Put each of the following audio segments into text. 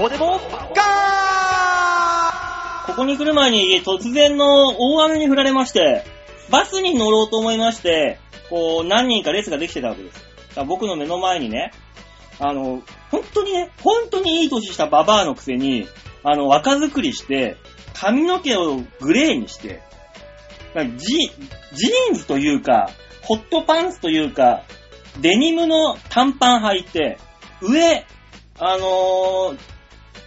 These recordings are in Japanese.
こでもここに来る前に突然の大雨に降られまして、バスに乗ろうと思いまして、こう、何人か列ができてたわけです。だから僕の目の前にね、あの、本当にね、本当にいい年したババアのくせに、あの、若作りして、髪の毛をグレーにして、だからジジーンズというか、ホットパンツというか、デニムの短パン履いて、上、あの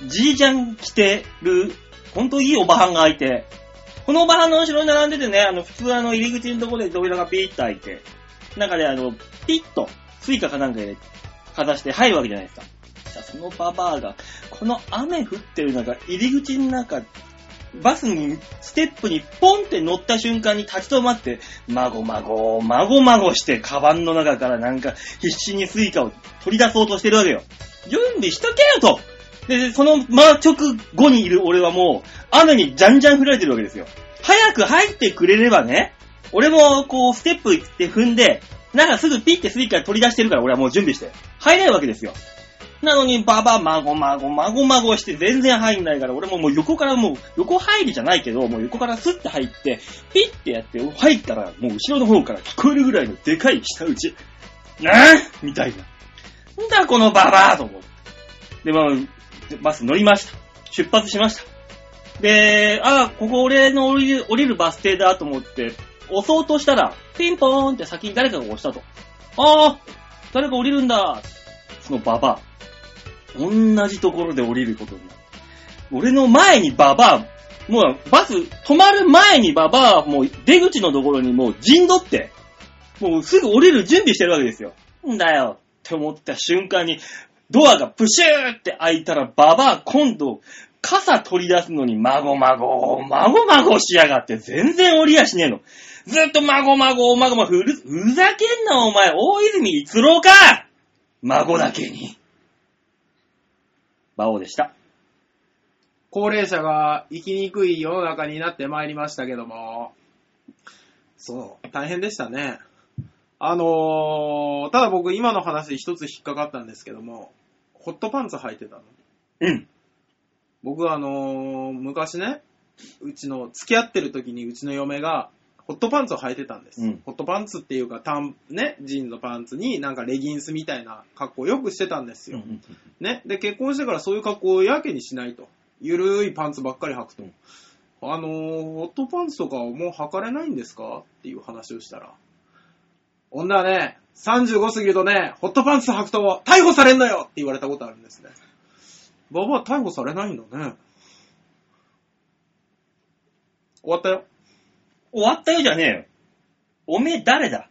ージージャン着てる、ほんといいおばはんがいて、このおばはんの後ろに並んでてね、あの、普通あの、入り口のところで扉がピーッと開いて、中であの、ピッと、スイカかなんかでかざして入るわけじゃないですか。そしたらそのババアが、この雨降ってる中、入り口の中、バスに、ステップにポンって乗った瞬間に立ち止まって、まごまご、まごまごして、カバンの中からなんか必死にスイカを取り出そうとしてるわけよ。準備しとけよとで、でその真直後にいる俺はもう、雨にじゃんじゃん降られてるわけですよ。早く入ってくれればね、俺もこう、ステップ行って踏んで、なんかすぐピッてスイカ取り出してるから俺はもう準備して。入れないわけですよ。なのに、ばば、まごまご、まごまごして全然入んないから、俺ももう横からもう、横入りじゃないけど、もう横からスッて入って、ピッてやって、入ったら、もう後ろの方から聞こえるぐらいのでかい舌打ち。なぁみたいな。んだこのババアと思って。で、まあ、でバス乗りました。出発しました。で、あ、ここ俺の降りる降りるバス停だと思って、押そうとしたら、ピンポーンって先に誰かが押したと。ああ、誰か降りるんだ。そのババア。同じところで降りることになる。俺の前にババア、もうバス止まる前にババア、もう出口のところにもう陣取って、もうすぐ降りる準備してるわけですよ。んだよって思った瞬間に、ドアがプシューって開いたら、ババア今度、傘取り出すのに、まごまご、まごまごしやがって、全然降りやしねえの。ずっとまごまご、まごまご、ふる、ふざけんなお前、大泉逸郎か孫だけに。馬王でした。高齢者が生きにくい世の中になってまいりましたけども、そう、大変でしたね。あのー、ただ僕今の話で一つ引っかかったんですけども、ホットパンツ履いてたの。うん。僕あのー、昔ね、うちの、付き合ってる時にうちの嫁が、ホットパンツを履いてたんです。うんホットパンツっていうか、短ね、ジーンのパンツになんかレギンスみたいな格好をよくしてたんですよ。ね、で結婚してからそういう格好をやけにしないとゆるいパンツばっかり履くと、うんあのーホットパンツとかはもう履かれないんですかっていう話をしたら女はね35過ぎるとねホットパンツ履くと逮捕されんのよって言われたことあるんですねババア逮捕されないんだね終わったよ終わったよじゃねえよ。おめえ誰だ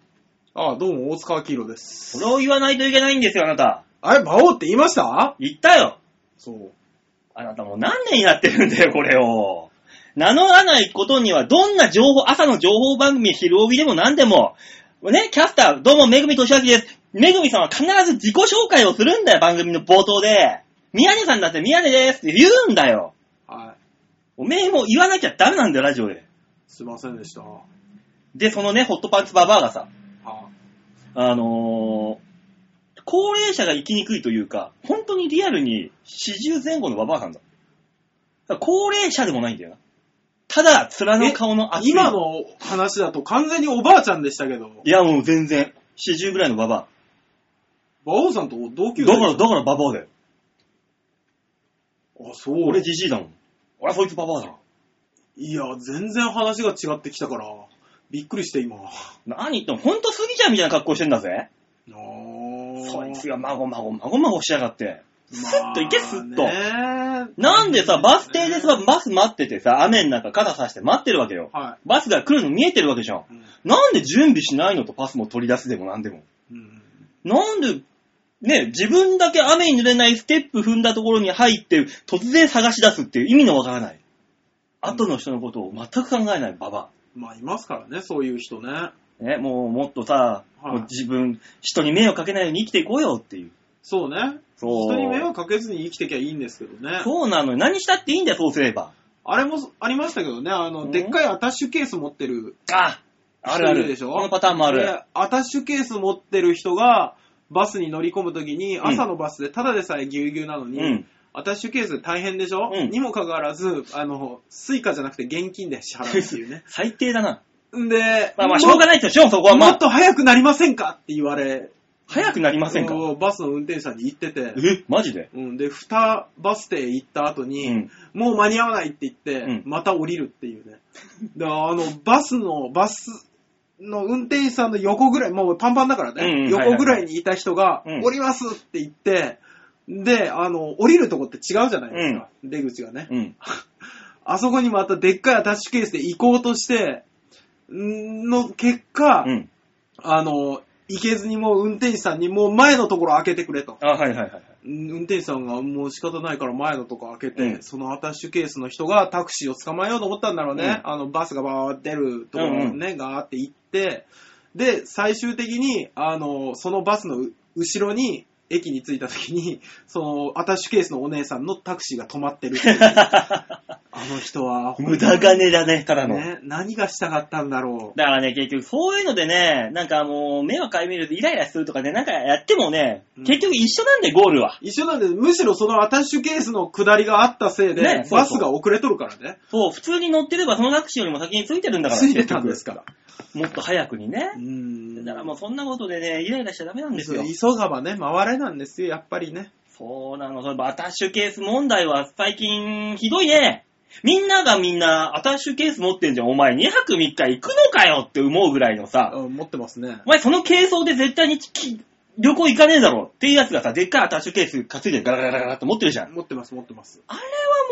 ああどうも大塚明宏ですそれを言わないといけないんですよ、あなた。あれ馬王って言いました言ったよ。そうあなたもう何年やってるんだよ、これを。名乗らないことには、どんな情報、朝の情報番組、昼帯でも何でも、ね、キャスター、どうも、めぐみとしあきです。めぐみさんは必ず自己紹介をするんだよ、番組の冒頭で。宮根さんだって宮根ですって言うんだよ。はいおめえもう言わなきゃダメなんだよ、ラジオで。すいませんでしたはで、そのね、ホットパンツババアがさ、ああのー高齢者が生きにくいというか、本当にリアルに40前後のババアなんだ。だから高齢者でもないんだよな。ただ、面の顔の厚い。今の話だと完全におばあちゃんでしたけど、いや、もう全然。40ぐらいのババ馬王さんと同ア。級だ生から、だからババアだよ。あ、そう。俺じじいだもん。俺はそいつババアだろ。いや、全然話が違ってきたから、びっくりして今。あ何言っても、ほんとスギちゃんみたいな格好してんだぜ。ーそいつが孫孫孫孫しやがって。スまッあと行け、スッと。ねなんでさ、バス停でさ、バス待っててさ、雨の中傘さして待ってるわけよ。はバスが来るの見えてるわけじゃん。い。うんなんで準備しないのとパスも取り出すでもなんでも。うんなんで、ね、自分だけ雨に濡れないステップ踏んだところに入って、突然探し出すっていう意味のわからない。後の人のことを全く考えないババまあ、いますからね、そういう人ね。ア。ね、もうもっとさ、はいもう自分、人に迷惑かけないように生きていこうよっていう。そうね。そう人に迷惑かけずに生きてきゃいいんですけどね。そうなのよ。何したっていいんだよ、そうすれば。あれもありましたけどね、あうの、んでっかいアタッシュケース持ってるああるあ人いる。でしょこのパターンもある。でアタッシュケース持ってる人が、バスに乗り込むときに、ん朝のバスでただでさえぎゅうぎゅうなのに、うん。アタッシュケース大変でしょ、うん。にもかかわらず、あの、スイカじゃなくて現金で支払うっていうね 最低だな。んで、まあまあ、しょうがない。ないっすよ、しょうそこはまもっあ、と早くなりませんかって言われ、早くなりませんかこうバスの運転手さんに言ってて、えマジでうん、で、二バス停行った後うに、ん。もう間に合わないって言って、うんまた降りるっていうね。で、あの、バスの、バスの運転手さんの横ぐらい、もうパンパンだからね、うんうん横ぐらいにいた人はが、いはいはいうん降りますって言って、で、あの、降りるとこって違うじゃないですか、出口がね。うん。あそこにまたでっかいアタッシュケースで行こうとして、んの結果、うん。あの、行けずにもう運転手さんにもう前のところ開けてくれと。あ、はいはいはい。うん運転手さんがもう仕方ないから前のとこ開けて、うんそのアタッシュケースの人がタクシーを捕まえようと思ったんだろうね。あの、バスがバーって出るところをね、ガーって行って、で、最終的に、あの、そのバスのう後ろに、駅に着いた時に、その、アタッシュケースのお姉さんのタクシーが止まってるっていう あの人は、無駄金だね、ただの。ね、何がしたかったんだろだからね、結局、そういうのでね、なんかもう、目をかいめるとイライラするとかね、なんかやってもね、うん結局一緒なんで、ゴールは。う。一緒なんで、むしろそのアタッシュケースの下りがあったせいで、ねそうバそスうが遅れとるからね。そう、普通に乗ってればそのタクシーよりも先についてるんだから。ついてたんで結すから。局もっと早くにねう。んだからもうそんなことでね、イライラしちゃダメなんですよ。そう急がばね、回れなんですよ、やっぱりね。そうなの、そのアタッシュケース問題は最近ひどいね。みんながみんなアタッシュケース持ってんじゃん。お前2泊3日行くのかよって思うぐらいのさ、うん持ってますねお。前その軽装で絶対にき旅行行かねえだろっていうやつがさ、でっかいアタッシュケース担いでガラガラガラガラって持ってるじゃん。持ってます、持ってます。あれ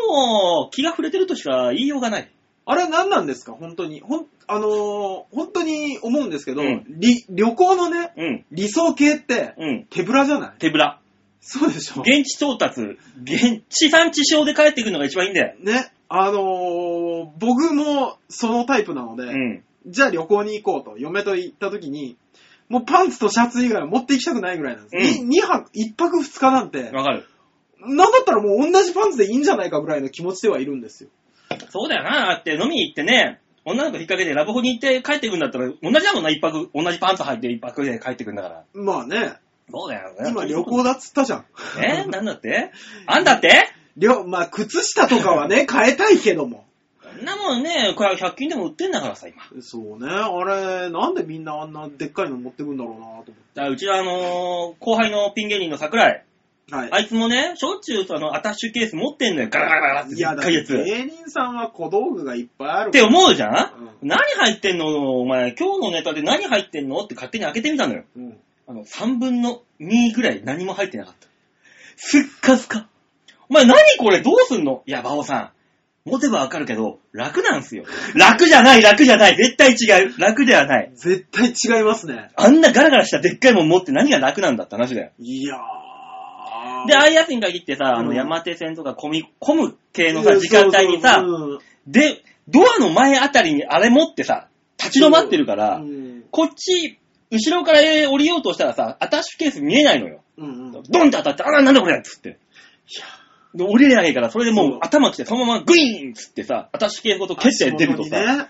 はもう気が触れてるとしか言いようがない。あれは何なんですか、本当に。ほん、あのー本当に思うんですけど、うんり旅行のね、うん、理想形って、うん。手ぶらじゃない手ぶら。そうでしょ。現地調達、現地産地消で帰ってくるのが一番いいんだよ。ね、あのー僕もそのタイプなので、うん。じゃあ旅行に行こうと、嫁と行った時に、もうパンツとシャツ以外は持って行きたくないぐらいなんです。うに2泊、1泊2日なんて、わかる。なんだったらもう同じパンツでいいんじゃないかぐらいの気持ちではいるんですよ。そうだよな、だって飲みに行ってね、女の子引っ掛けてラブホに行って帰ってくるんだったら、同じだもんな、一泊、同じパンツ履いて一泊で帰ってくるんだから。まあね、そうだよ今旅行だっつったじゃん。え なんだってあんだってりょまあ靴下とかは ね、変えたいけども。そんなもんね、これ100均でも売ってんだからさ、今。そうね、あれ、なんでみんなあんなでっかいの持ってくんだろうなと思って。だからうちはあのー後輩のピン芸人の桜井。はい。あいつもね、しょっちゅうあの、アタッシュケース持ってんのよ。ガラガラガラって、いでっや、だかっいてやつ。っ芸人さんは小道具がいっぱいあるて思うじゃん、う何入ってんのお前、今日のネタで何入ってんのって勝手に開けてみたのよ。うん。あの、3分の2ぐらい何も入ってなかった。すっかすか。お前何これどうすんのいや、馬王さん。持てばわかるけど、楽なんすよ。楽じゃない、楽じゃない。絶対違う。楽ではない。絶対違いますね。あんなガラガラしたでっかいもん持って何が楽なんだって話だよ。いやー。で、ああいうやつに限ってさ、あうの、ん山手線とか混み、混む系のさ、時間帯にさそ、うで、ドアの前あたりにあれ持ってさ、立ち止まってるかそうらう、んこっち、後ろから降りようとしたらさ、アタッシュケース見えないのよ。うんうん。ドンって当たって、あら、なんだこれっつって。で、降りれないから、それでもそうう頭来て、そのままグイーンっつってさ、アタッシュケースごと蹴って出ると足元さ、にね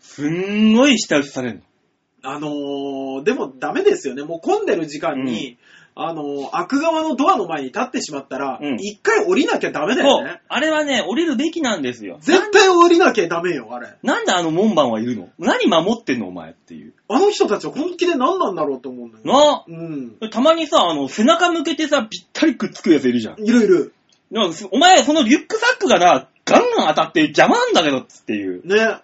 すんごい下打ちされるの。あのー、でもダメですよね。もう混んでる時間に、あのー、開く側のドアの前に立ってしまったら、うん一、回降りなきゃダメだそようね。。あれはね、降りるべきなんですよ。絶対降りなきゃダメよ、あれ。なんであの門番はいるの何守ってんのお前っていう。あの人たちは本気で何なんだろうと思うんだよ。なうん。あたまにさ、あの、背中向けてさ、ぴったりくっつくやついるじゃん。いるいる。なんかすお前、そのリュックサックがな、ガンガン当たって邪魔なんだけどっつっていう。ね。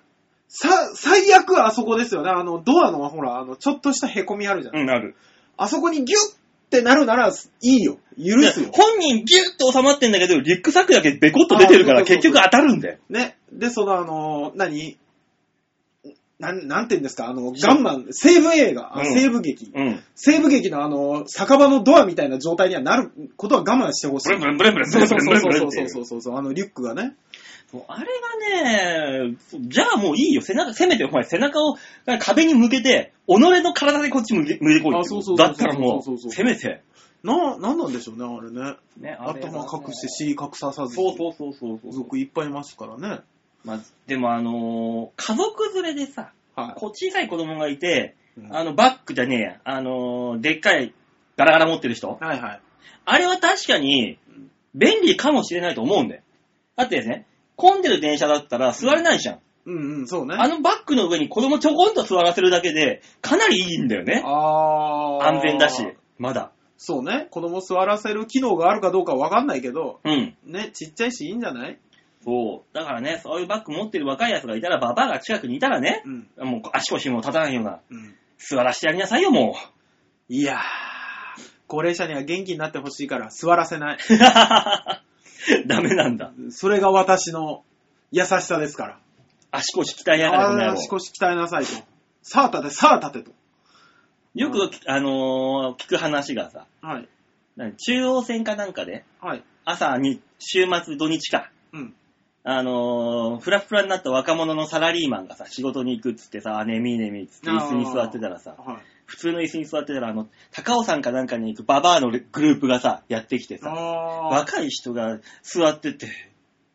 さ、最悪はあそこですよね。あの、ドアの、ほら、あの、ちょっとした凹みあるじゃん。うん、ある。あそこにギュッってなるなら、いいよ。許すでよ。本人ギュッと収まってんだけど、リュックサックだけベコッと出てるかあら、そうそう結そう局当たるんだよ。ね。で、その、あの、何なん、なんて言うんですか、あの、ガンマン、西部映画、あうん西部劇。うん。西部劇のあの、酒場のドアみたいな状態にはなることは我慢してほしいブ。レンブレンブレンブレンブそレうンブそうレンそうブレンブレンっていそうそうそううそうそう、あのリュックがね。そうあれがね、そうじゃあもういいよ。背中、せめてお前背中を壁に向けて、己の体でこっち向け向いてこいよあそうそうそうそうだったらも、そうそうそううせめて。な、なんなんでしょうね、あれね。ね、頭隠して、尻隠ささずそうに。そうそうそうそう。族いっぱいいますからね。まあ、でもあのー家族連れでさ、はこう小さい子供がいて、い。うんあの、バッグじゃねえや、あのーでっかいガラガラ持ってる人。はいはい。あれは確かにうん、便利かもしれないと思うんだよ。だってですね、混んでる電車だったら座れないじゃん。うんうん、そうね。あのバッグの上に子供ちょこんと座らせるだけで、かなりいいんだよね。あー安全だし。、まだ。そうね。子供座らせる機能があるかどうかわかんないけど、うん。ね、ちっちゃいしいいんじゃないそう。だからね、そういうバッグ持ってる若い奴がいたら、ババアが近くにいたらね、うん。もう足腰も立たないような、うん。座らしてやりなさいよ、もう。いやー、高齢者には元気になってほしいから座らせない。 ダメなんだ。それが私の優しさですから。足腰鍛えやがるこの野郎足腰鍛えなさいと。さあ立て、さあ立てと。よく、あのー聞く話がさ、はい。なんか中央線かなんかで、はい。朝に、週末、土日か、うん。あのーフラフラになった若者のサラリーマンがさ、仕事に行くっつってさ、ねみねみっつって椅子に座ってたらさ、はい。普通の椅子に座ってたら、あの、高尾山かなんかに行くババアのグループがさ、やってきてさ、あー若い人が座ってて、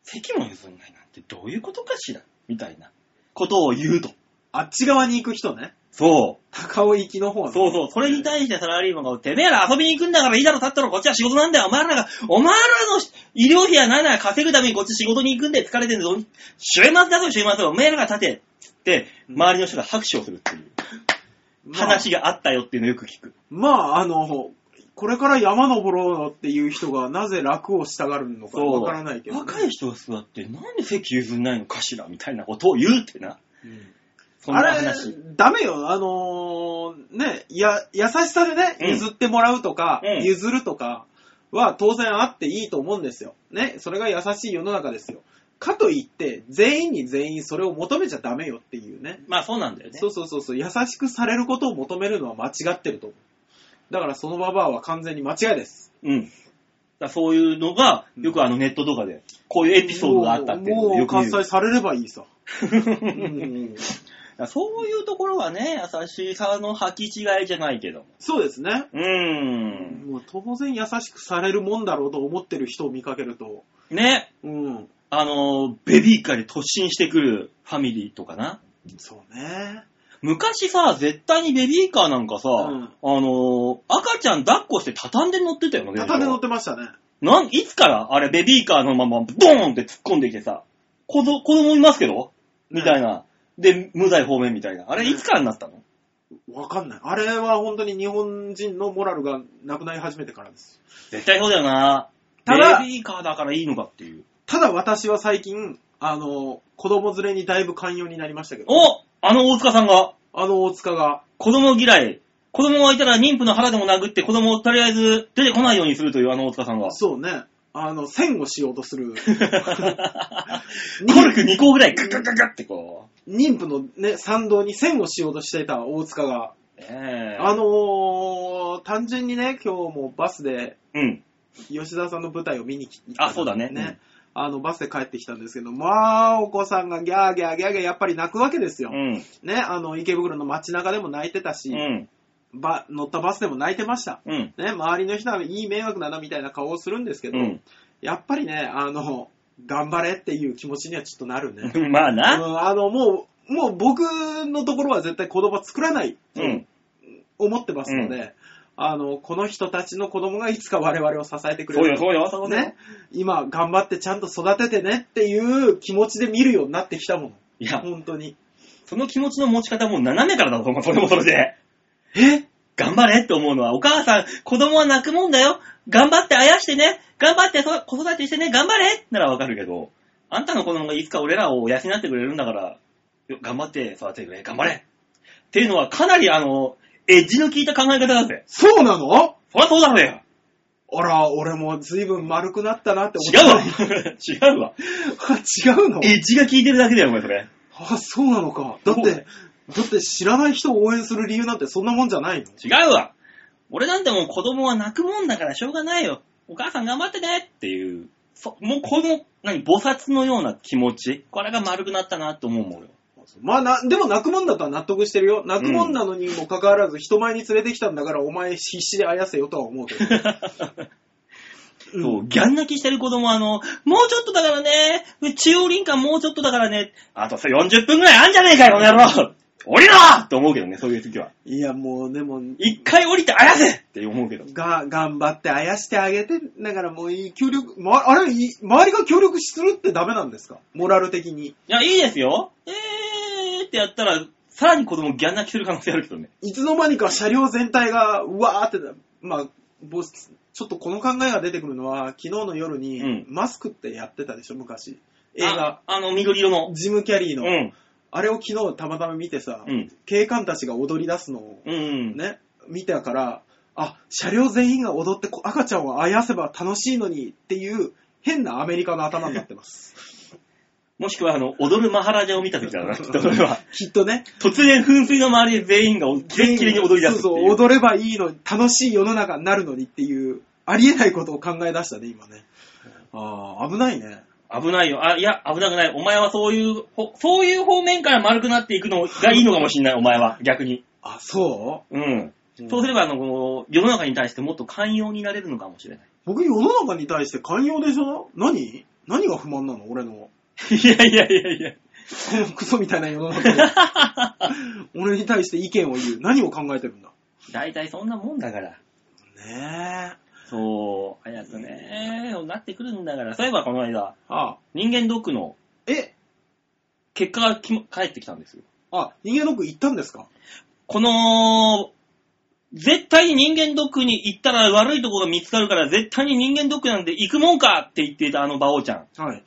席も譲んないなんてどういうことかしらみたいなことを言うと。あっち側に行く人ね。そ高尾行きの方う。ねそうそう。それに対してサラリーマンが、てめえら遊びに行くんだからいいだろ、立ったろ、こっちは仕事なんだよ。お前らが、お前らの医療費やなんなら稼ぐためにこっち仕事に行くんで疲れてんぞ。週末だぞ、週末。お前らが立て。つって、周りの人が拍手をするっていうまあ話があったよっていうのをよく聞く。まあ、あの、これから山登ろうよっていう人がなぜ楽をしたがるのかわからないけどね、若い人が座って、なんで席譲んないのかしらみたいなことを言うってな。うんそんなあれ話。、ダメよ。あのーね、や、優しさでね、うん譲ってもらうとか、うん譲るとかは当然あっていいと思うんですよ。ね、それが優しい世の中ですよ。かといって、全員に全員それを求めちゃダメよっていうね。まあそうなんだよね。そうそうそうそう、優しくされることを求めるのは間違ってると思う。だからそのババアは完全に間違いです。うん。だからそういうのが、よくあのネットとかで、こういうエピソードがあったっていうのもをう、もようく見喝る。采されればい いさ。うだかんらそういうところはね、優しさの履き違いじゃないけども。そうですね。うーん。もう当然優しくされるもんだろうと思ってる人を見かけると、ね。うん、あの、ベビーカーで突進してくるファミリーとかな。そうね。昔さ、絶対にベビーカーなんかさ、うんあの、赤ちゃん抱っこして畳んで乗ってたよね。畳で乗ってましたね。なん、いつからあれベビーカーのままドーンって突っ込んできてさ、子ど子供いますけどみたいな。で、無罪方面みたいな。あれいつからになったのわかんない。あれは本当に日本人のモラルがなくなり始めてからです。絶対そうだよな。ただベビーカーだからいいのかっていう。ただ私は最近、あの、子供連れにだいぶ寛容になりましたけど、おあの大塚さんが、あの大塚が、子供嫌い。子供がいたら妊婦の腹でも殴って子供をとりあえず出てこないようにするというあの大塚さんが。そうね、あの、線をしようと する、コルク2個ぐらいガガガガってこう。妊婦のね、参道に線をしようとしていた大塚が、ええあのー、単純にね、今日もバスでうん。吉田さんの舞台を見に来あそうだねうんあの、バスで帰ってきたんですけど、まあ、お子さんがギャーギャーギャーギャーやっぱり泣くわけですよ。うん。ね、あの、池袋の街中でも泣いてたし、うん。ば乗ったバスでも泣いてました。うん。ね、周りの人はいい迷惑だなみたいな顔をするんですけど、うやっぱりね、あの、頑張れっていう気持ちにはちょっとなるね。ん。まあうな。ん、あの、もう、もう僕のところは絶対子供は作らないとうん。思ってますので、あの、この人たちの子供がいつか我々を支えてくれそうるよ、そうよ、そうよ。ね、今頑張ってちゃんと育ててねっていう気持ちで見るようになってきたもの。いや、本当に。その気持ちの持ち方も斜めからだと思う、それもそれで。え頑張れって思うのは、お母さん、子供は泣くもんだよ。頑張ってあやしてね。頑張ってそ子育てしてね。頑張れならわかるけど、あんたの子供がいつか俺らを養ってくれるんだから、よ頑張って育ててくれ。頑張れっていうのは、かなりあの、エッジの効いた考え方だぜ。そうなのそりゃそうだろうよ。あら、俺も随分丸くなったなって思違った。うわ。 違うわ。 あ違うのエッジが効いてるだけだよ、お前それ。あ、そうなのか。だっそうて、だって知らない人を応援する理由なんてそんなもんじゃないの違うわ。俺なんてもう子供は泣くもんだからしょうがないよ。お母さん頑張ってねっていう。そもうこの、何、菩薩のような気持ち。これが丸くなったなと思うもん、俺は。まあな、でも泣くもんだったら納得してるよ。泣くもんなのにもかかわらず人前に連れてきたんだからお前必死であやせよとは思 うけど。うんそう、ギャン泣きしてる子供はあの、もうちょっとだからね、中央林間もうちょっとだからね、あとさ40分ぐらいあんじゃねえかよ、この野郎降りろって思うけどね、そういう時は。いや、もう、でも、一回降りてあやせって思うけど。が、頑張ってあやしてあげて、だからもういい、協力、ま、あれ、い周りが協力するってダメなんですかモラル的に。いや、いいですよ。えーってやったら、さらに子供ギャン泣きする可能性あるけどね。いつの間にか車両全体が、うわーって、まあ、ボス、ちょっとこの考えが出てくるのは、昨日の夜に、うんマスクってやってたでしょ、昔。映画、あ。あの、緑色の。ジム・キャリーうの。ん。あれを昨日たまたま見てさ、うん。警官たちが踊り出すのをうんうん。ね、見たから、あ、車両全員が踊ってこ赤ちゃんをあやせば楽しいのにっていう変なアメリカの頭になってます。もしくは、あの、踊るマハラジャを見た時だ な、きっとそれは。きっとね。突然噴水の周りで全員がおキレッキレに踊り出すっていう。そうそう、踊ればいいのに、楽しい世の中になるのにっていう、ありえないことを考え出したね、今ね。ああ、危ないね。危ないよ。あ、いや、危なくない。お前はそういう、ほそういう方面から丸くなっていくのがいいのかもしれない、お前は。逆に。あ、そうん。う、そうすれば、あの、この世の中に対してもっと寛容になれるのかもしれ ない。僕世の中に対して寛容でしょ何何が不満なの俺の。 いやいやいやいや。このクソみたいな世の中 に。俺に対して意見を言う。何を考えてるんだ大体そんなもんだから。ねえ。そう、早くね、なってくるんだから。そういえばこの間、ああ人間ドックのえ、結果がきも返ってきたんですよ。あ、人間ドック行ったんですかこの、絶対に人間ドックに行ったら悪いとこが見つかるから、絶対に人間ドックなんて行くもんかって言っていたあの馬王ちゃん。はい。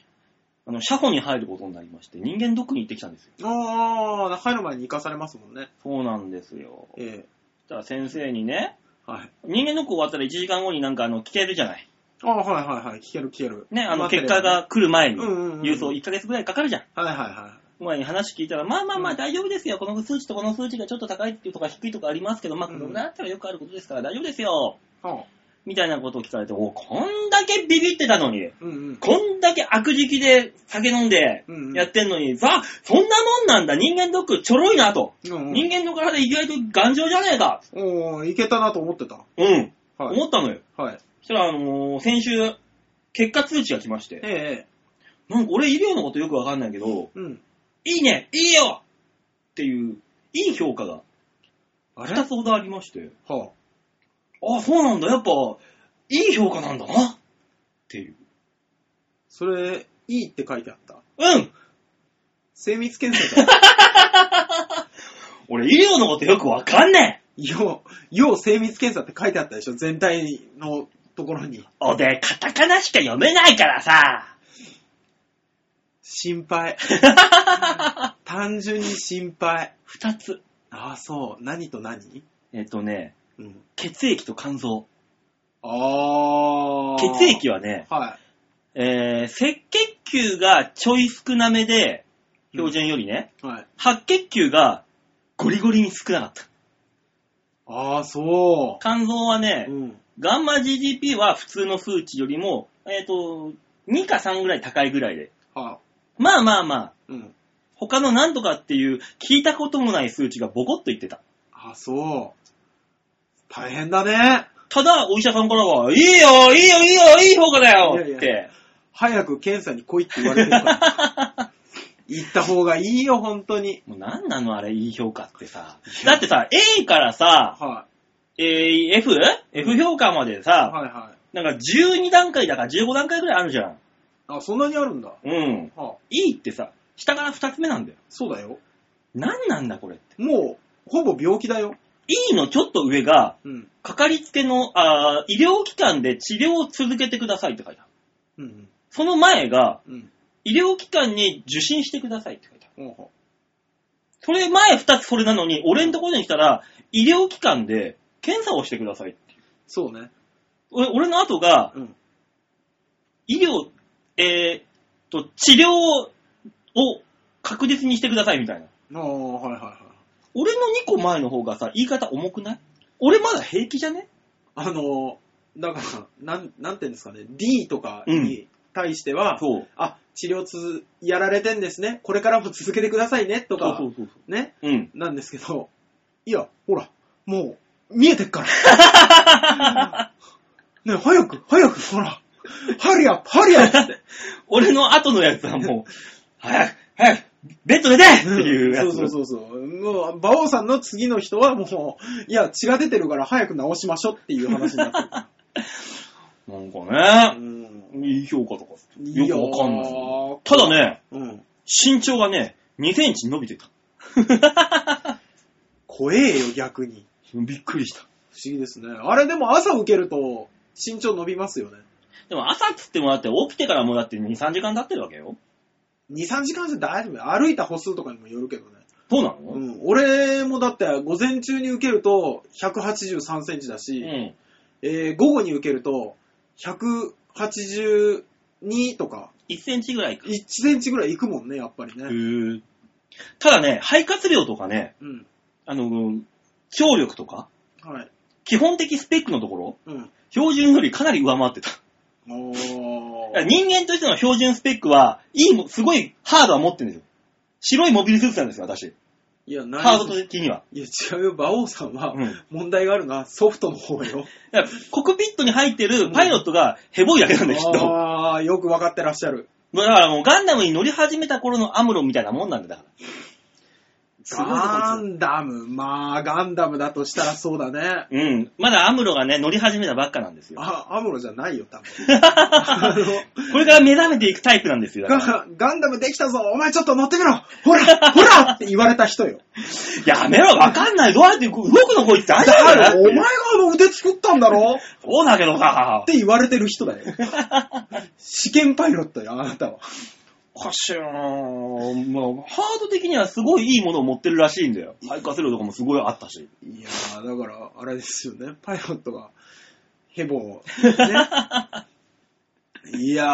あの、車庫に入ることになりまして、人間ドックに行ってきたんですよ。ああ、入る前に行かされますもんね。そうなんですよ。そしえたら先生にね、えはい。人間ドック終わったら1時間後になんかあの、聞けるじゃない。ああ、はいはいはい。聞ける聞ける。ね、あの、待って結果ればが来る前に、うんうんうん郵送1ヶ月ぐらいかかるじゃん。はいはいは前に話聞いたら、まあまあまあうん大丈夫ですよ。この数値とこの数値がちょっと高いっていうとか低いとかありますけど、まあこうんのぐらいだったらよくあることですから大丈夫ですよ。い。はあ、みたいなことを聞かれて、おこんだけビビってたのに、うんうん。こんだけ悪食で酒飲んでうんうんやってんのに、さあ、そんなもんなんだ。人間ドックちょろいなと。うんうん人間の体意外と頑丈じゃねえか。おー、いけたなと思ってた。うん。はい。思ったのよ。はい。そしたら、あのー先週、結果通知が来ましえて、えええなんか俺医療のことよくわかんないけど、うん。いいねいいよっていう、いい評価があれ二つほどありまして、はあ、あ、そうなんだ、やっぱ、いい評価なんだなっていう。それ、いいって書いてあった。うん精密検査だ。俺、医療のことよくわかんねえ 要、要精密検査って書いてあったでしょ全体のところに。俺、カタカナしか読めないからさ 心配。単純に心配。二つ。ああ、そう。何と何えっとね、うん。血液と肝臓。ああ。血液はね、はえー、赤血球がちょい少なめで、標準よりね、い。はい。白血球がゴリゴリに少なかった。ああ、そ肝臓はねう。、うん。ガンマ GDP は普通の数値よりも、えっ、と、2か3ぐらい高いぐらいで。はあ。まあまあまあ、うん。他のなんとかっていう聞いたこともない数値がボコッと言ってた。ああ、そう。大変だね。ただ、お医者さんからは、いいよ、いいよ、いいよ、いい評価だよいやいやって。早く検査に来いって言われてるから。 行った方がいいよ、本当に。もう何なのあれ、いい評価ってさ。だってさ、A からさ、はえー F? ん F 評価までい。さ、はいはい。なんか12段階だから15段階ぐらいあるじゃん。あ、そんなにあるんだ。うん。はあ、 E ってさ、下から2つ目なんだよ。そうだよ。何なんだこれって。もう、ほぼ病気だよ。 E のちょっと上が、うん。かかりつけの、あー医療機関で治療を続けてくださいって書いてある。うん。その前が、うん。医療機関に受診してくださいって書いてある。うん。ほうほそれ前二つそれなのに、俺のところに来たら、医療機関で検査をしてくださいって。うそうね。俺俺の後が、うん。医療、えーっと、治療を確実にしてくださいみたいな。ああ、はいはいはい。俺の2個前の方がさ、言い方重くない俺まだ平気じゃねあのー、だから、なん、なんていうんですかね、D とかに対しては、そう。あ、治療つづ、やられてんですね。これからも続けてくださいね、とそうか、そうそうそね、う。うん。なんですけど、いや、ほら、もう、見えてっから。 ね、早く、早く、ほら、ハリアップ、ハリアップって。俺の後のやつはもう、早く、早く、ベッドで出てっていうやつ。そうそうそうそう。もう、馬王さんの次の人はもう、いや、血が出てるから早く直しましょうっていう話になってる。なんかうね、ん。いい評価とか、いやーよくわかんない。ただね、うん。身長がね、2センチ伸びてた。怖えよ、逆に。びっくりした。不思議ですね。あれでも朝受けると、身長伸びますよね。でも朝っつってもらって起きてからもうだって2、3時間経ってるわけよ。 2、3時間じゃ大丈夫。歩いた歩数とかにもよるけどね。そうなのう、ん。俺もだって、午前中に受けると、183センチだし、うんえー午後に受けると、182とか、 1センチぐらいか。 1センチぐらいいくもんね、やっぱりね。ただね、肺活量とかね、うん。あの、うん聴力とか、はい。基本的スペックのところ、うん。標準よりかなり上回ってた。おだからー。人間としての標準スペックは、いいも、すごいハードは持ってるんですよ。白いモビルスーツなんですよ、私。いや、ハード何的には。いや、違うよ。馬王さんはうん、問題があるな。ソフトの方よ。だからコクピットに入ってるパイロットがヘボいだけなんだよ、きっと。あー、よく分かってらっしゃる。だからもうガンダムに乗り始めた頃のアムロみたいなもんなんだだから。すごいとこガンダム、まあ、ガンダムだとしたらそうだね。ですようん。まだアムロがね、乗り始めたばっかなんですよ。あ、アムロじゃないよ、多 分。あこれから目覚めていくタイプなんですよ。だの からガンガンダムできたぞお前ちょっと乗ってみろ ほらほらって言われた人よ。やめろ、わかんない。どうやって動くのこいつ大丈だ夫かだなら、お前があの腕作ったんだろっそうだけどさ。て言われてる人だよ。試験パイロットよ、あなたは。おかしいなぁ。まあ、ハード的にはすごいいいものを持ってるらしいんだよ。肺活量とかもすごいあったし。いやー、だから、あれですよね。パイロットが、ヘボを、ね。いや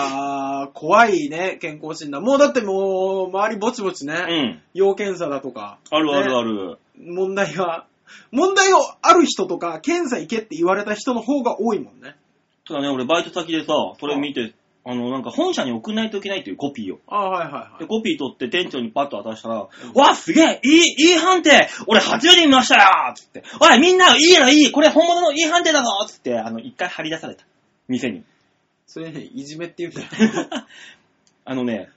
ー、怖いね、健康診断。もうだってもう、周りぼちぼちね。うん。要検査だとか。あるあるある。る。問題が、問題をある人とか、検査行けって言われた人の方が多いもんね。ただね、俺バイト先でさ、それ見て、あの、なんか本社に送んないといけないっていうコピーを。あーはいはいで、はい。コピー取って店長にパッと渡したら、わあ、すげえいい、いい判定俺初めて見ましたよつって、おい、みんないいやろ、いいこれ本物のいい判定だぞつって、あの、一回張り出された。店に。それね、いじめって言うんだよ。 あのね、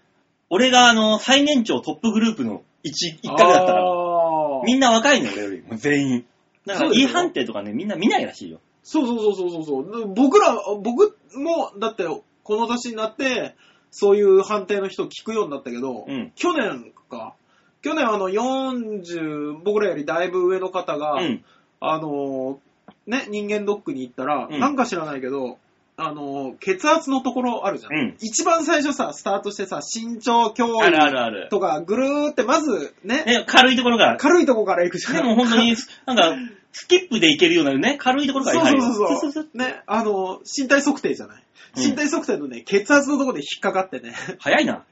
俺があの、最年長トップグループの一一角だったら、あーみんな若いの、俺よりも。全員。だかそうら、でいすいよ判定とかね、みんな見ないらしいよ。そうそうそうそうそうそう。僕ら、僕も、だって、この年になって、そういう判定の人聞くようになったけど、うん去年か。去年あの40、僕らよりだいぶ上の方が、うん。あのー、ね、人間ドックに行ったら、うんなんか知らないけど、あのー、血圧のところあるじゃん。うん一番最初さ、スタートしてさ、身長、あ胸るあ囲るある。とか、ぐるーってまずね、ね、軽いところから。 軽いとこから行くじゃん。でも本当に、なんか、スキップでいけるようなね、軽いところから入る。 そうそうそそうそうそうう。ね、あの、身体測定じゃない。うん身体測定のね、血圧のところで引っかかってね。 早いな。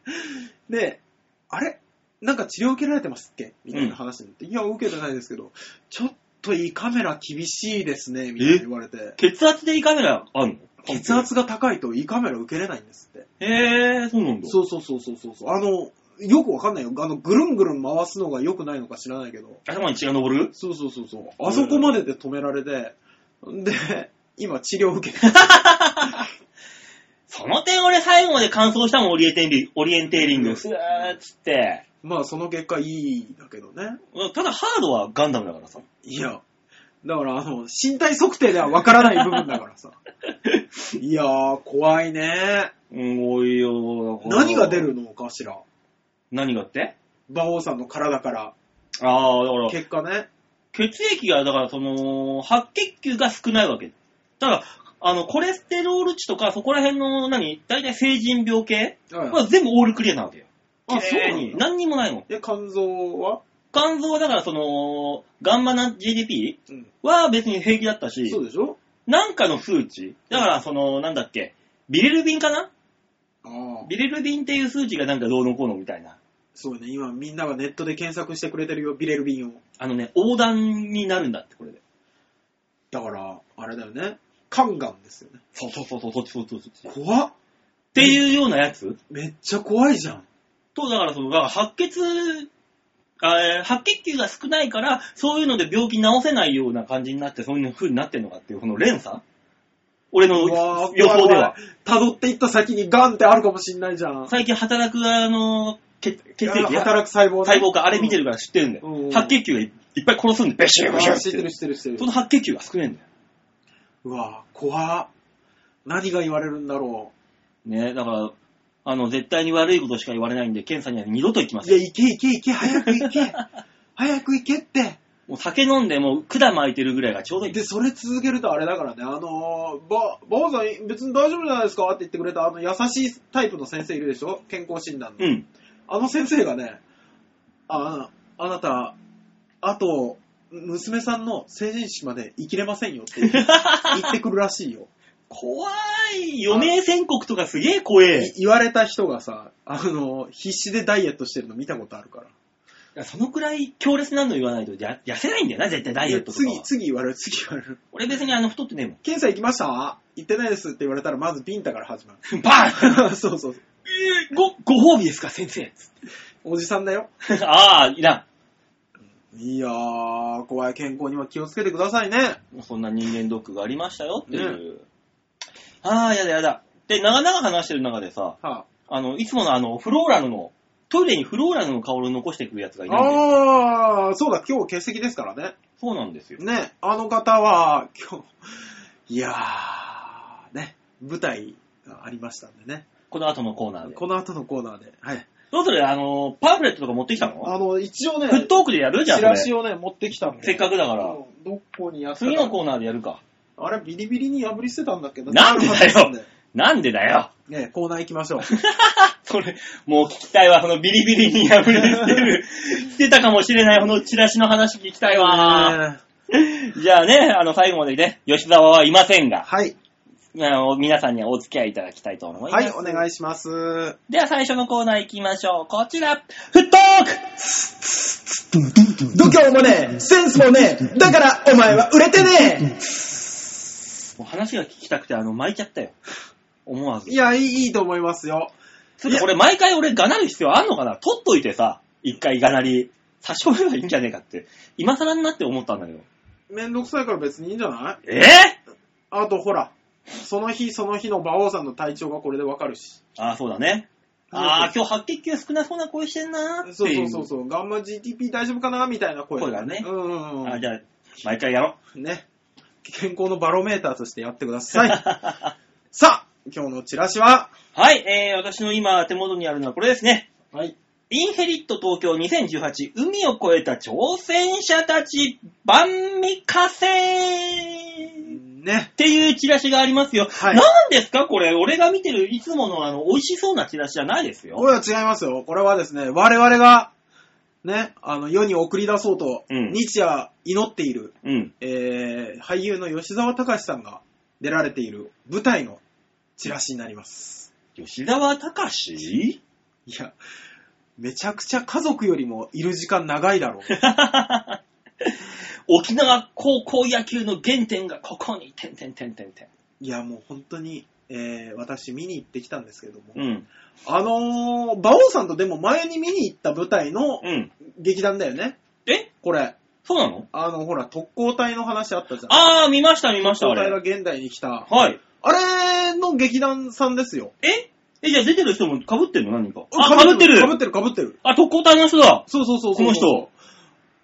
で、あれなんか治療受けられてますっけみたいな話になって、いや、受けてないですけど、ちょっと胃カメラ厳しいですね、みたいな言われて、血圧でいいカメラあんの血圧が高いと胃カメラ受けれないんですって。へー、そうなんだ。そうそうそうそうそうそう。あの、よくわかんないよ。あの、ぐるんぐるん回すのが良くないのか知らないけど、頭に血が昇るそうそうそうそう。あそこまでで止められて、で、今治療受けてその点俺最後まで乾燥したもん、オリエテンリオリエンテーリング。すーっつって。まあその結果いいだけどね。ただハードはガンダムだからさ。いや、だからあの、身体測定ではわからない部分だから さ。いやー、怖いね。すごいよ。何が出るのかしら。何がって馬王さんの体から。ああ、だから、結果ね。血液が、だからその、白血球が少ないわけ。ただ、あの、コレステロール値とか、そこら辺の何、大体成人病系まああ、全部オールクリアなわけよ。あ、そうなに。んだ。何にもないもん。え、肝臓は肝臓はだからその、ガンマな GDP うん。は別に平気だったそうし、でしょなんかの数値、だからその、なんだっけ、ビレルビンかなああ。ビレルビンっていう数値がなんかどうのこうのみたいな。そうね、今みんながネットで検索してくれてるよ、ビレルビンを。あのね、横断になるんだって、これで。だから、あれだよね。肝がんですよね。そうそうそうそう、そうそうそうそう。っ怖っていうようなやつめっちゃ怖いじゃん。と、だからその、だから白血、あえー白血球が少ないから、そういうので病気治せないような感じになって、そういう風になってんのかっていう、この連鎖俺のうわー予想では。。怖い怖い辿っていった先にガンってあるかもしんないじゃん。最近働く、あの、血血血液や働く細胞ね細胞か、あれ見てるから知ってるんだうんうよん。白血球がいっぱい殺すんだよ。ベシューベシュあー知ってる知ってる知ってそるの。白血球が少ないんだよ。うわぁ、怖っ何が言われるんだろねだから、あの、絶対に悪いことしか言われないんで、検査には二度と行きまう。いせや、ん。行け行け行け、早く行け。 早く行けって。もう酒飲んで、もう管巻いてるぐらいがちょうどいい。で、それ続けるとあれだからね、あのー、ば、ばあさん別に大丈夫じゃないですかって言ってくれたあの優しいタイプの先生いるでしょ健康診断の。うん。あの先生がね、あ、あなた、あと、娘さんの成人式まで生きれませんよ って言って言ってくるらしいよ。怖い。余命宣告とかすげえ怖え。いい言われた人がさ、あの、必死でダイエットしてるの見たことあるから。やそのくらい強烈なの言わないとや、痩せないんだよな、絶対ダイエットとか次、は。次言われる、次言われる。俺別にあの、太ってねえもん。検査行きました行ってないですって言われたら、まずビンタから始まバーンる。 そうそうそう。ご、ご褒美ですか、先生。おじさんだよ。 ああ、いらいやー、怖い健康には気をつけてくださいね。ん。そんな人間ドックがありましたよっていう。ああ、やだやだ。で、長々話してる中でさ、はあの、いつものあの、フローラルの、トイレにフローラルの香りを残してくるやつがいい、るんで、あー、そうだ、今日欠席ですからね。そうなんですよ。ね、あの方は、今日、いやー、ね、舞台がありましたんでね。この後のコーナーで。この後のコーナーで。はい。どうするあの、パンフレットとか持ってきたのあの、一応ねフ、ットオークでやるじゃん。チこれラシをね、持ってきたんで。せっかくだから。うんどこにやったか次のコーナーでやるか。あれ、ビリビリに破り捨てたんだっけどなんでだよなんでだよ。ねコーナー行きましょう。それ、もう聞きたいわ。そのビリビリに破れて る、してたかもしれない、このチラシの話聞きたいわ。ねじゃあね、あの、最後までね、吉沢はいませんが、はい。あの皆さんにはお付き合いいただきたいと思いまはす。い、お願いします。では最初のコーナー行きましょう。こちら、フットーク度胸もねえ、センスもねえ、だからお前は売れてねもう話が聞きたくて、あの、巻いちゃったよ。思わずえい。や、いいいいと思いますよ。ちょっとこれ毎回俺がなる必要あんのかな取っといてさ、一回がなり、差し込めばいいんじゃねえかって、今更になって思ったんだけど。めんどくさいから別にいいんじゃないえぇ、あとほら、その日その日の馬王さんの体調がこれでわかるし。ああ、そうだね。ああ、今日白血球少なそうな声してんなーってそういそうそうそう、ガンマ GTP 大丈夫かなみたいな声声がねうんうんうんあじゃあ、毎回やろね。健康のバロメーターとしてやってください。さあ、今日のチラシはう。 はい、えー、私の今手元にあるのはこれですね。はい。インヘリット東京2018海を越えた挑戦者たち万味化成っね。ていうチラシがありますよ。はいなんですかこれ、俺が見てるいつものあの、美味しそうなチラシじゃないですこよ。れは違いますよ。これはですね、我々が、ね、あの、世に送り出そうと、うん日夜祈っている、うん。えー、俳優の吉沢隆さんが出られている舞台のチラシになります。吉沢隆いや、めちゃくちゃ家族よりもいる時間長い だろう。沖縄高校野球の原点がここに、てんてんてんてんてん。いや、もう本当に、えー、私見に行ってきたんですけども、うん。あのー、馬王さんとでも前に見に行った舞台のうん。劇団だよね。えこれ、そうなのあの、ほら、特攻隊の話あったじゃん。あー、見ました見ま特した、攻あ隊がれ。現代に来た。はい。あれの劇団さんですよ。ええ、じゃあ出てる人も被ってるの何か。あ、被ってる被ってる、被ってる。あ、特攻隊の人だそうそうそうそう。この人。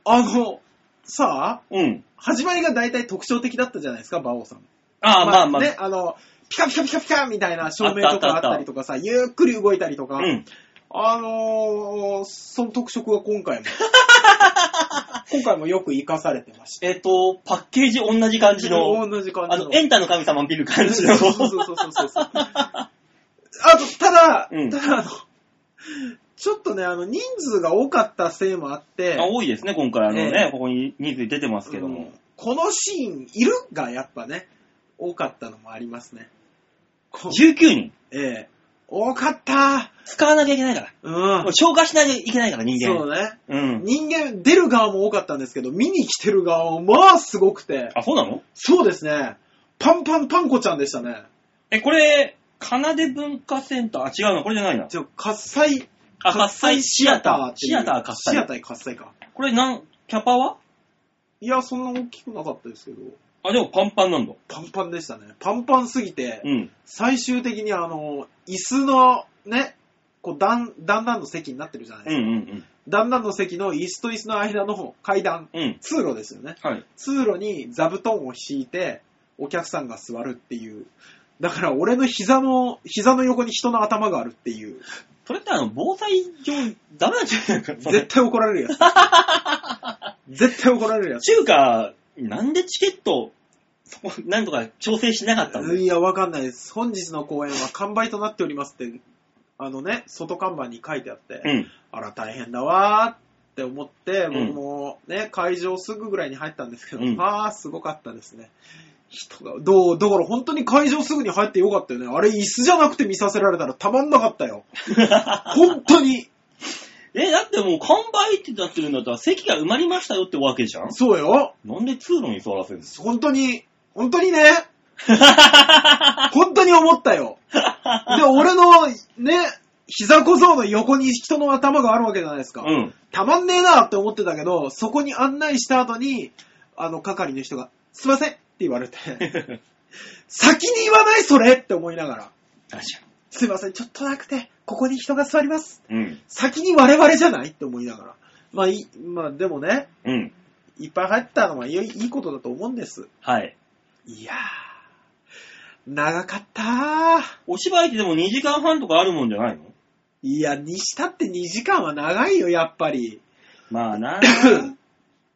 あの、さあ、うん。始まりが大体特徴的だったじゃないですか、馬王さん。あー、まあまあ。ね、あの、ピカピカピカピカみたいな照明とかああっったあったたりとかさ、ゆっくり動いたりとか。うん。あのー、その特色は 今回も。今回もよく活かされてました。えっと、パッケージ同じ感じの、同じ感あじの、エンタの神様見る感じの。そうそうそうそうそうそう。あと、ただ、うんただあの、ちょっとね、あの、人数が多かったせいもあっ て、あ多いですね、今回。あのえね、ここに人数出てますけどうもん。このシーン、いるがやっぱね、多かったのもありますね。こ19人。ええ多かった使わなきゃいけないから。うんもう。消化しないといけないから、人そう間。ね。うん。人間、出る側も多かったんですけど、見に来てる側も、まあすごくて。あ、そうなのそうですね。パンパンパンコちゃんでしたね。え、これ、奏で文化センター、あ、違うな、これじゃないな。じゃあ、喝采、あ、喝采シアター。っていうシアター喝シ采。アター喝采か。これ、なん、キャパはいや、そんな大きくなかったですけど、あ、でもパンパンなんだ。パンパンでしたね。パンパンすぎて、うん。最終的にあの、椅子のね、こう、だん、だんだんの席になってるじゃないでうすんか。うんだんだんの席の椅子と椅子の間の階段、うん。うん。通路ですよね。はい。通路に座布団を敷いて、お客さんが座るっていう。だから俺の膝の、膝の横に人の頭があるっていう。それってあの、防災上、ダメなんじゃないかそれ絶対怒られる やつ。絶対怒られるやつ。ちゅうか、なんでチケット、そこ、なんとか調整しなかったんだいや、わかんないです。本日の公演は完売となっておりますって、あのね、外看板に書いてあって、うん。あら、大変だわーって思って、うん僕もね、会場すぐぐらいに入ったんですけど、うんあー、すごかったですね。人が、どう、だから本当に会場すぐに入ってよかったよね。あれ、椅子じゃなくて見させられたらたまんなかった よ。本当に。え、だってもう完売ってなってるんだったら席が埋まりましたよってわけじゃんそうよ。なんで通路に座らせるんです本当に、本当に ね。本当に思ったよ。で、俺の、ね、膝小僧の横に人の頭があるわけじゃないですか。うん。 たまんねえなって思ってたけど、そこに案内した後に、あの、係の人が、すいませんって言わ れて、先に言わないそれって思いながら、確かすいません、ちょっとなくて、ここに人が座ります。に。うん。先に我々じゃないって思いながら。まあ、いいまあ、でもね、うん。いっぱい入ったのはいいいいことだと思うんです。はい。いやー、長かったー。お芝居ってでも2時間半とかあるもんじゃないのいや、にしたって2時間は長いよ、やっぱり。まあな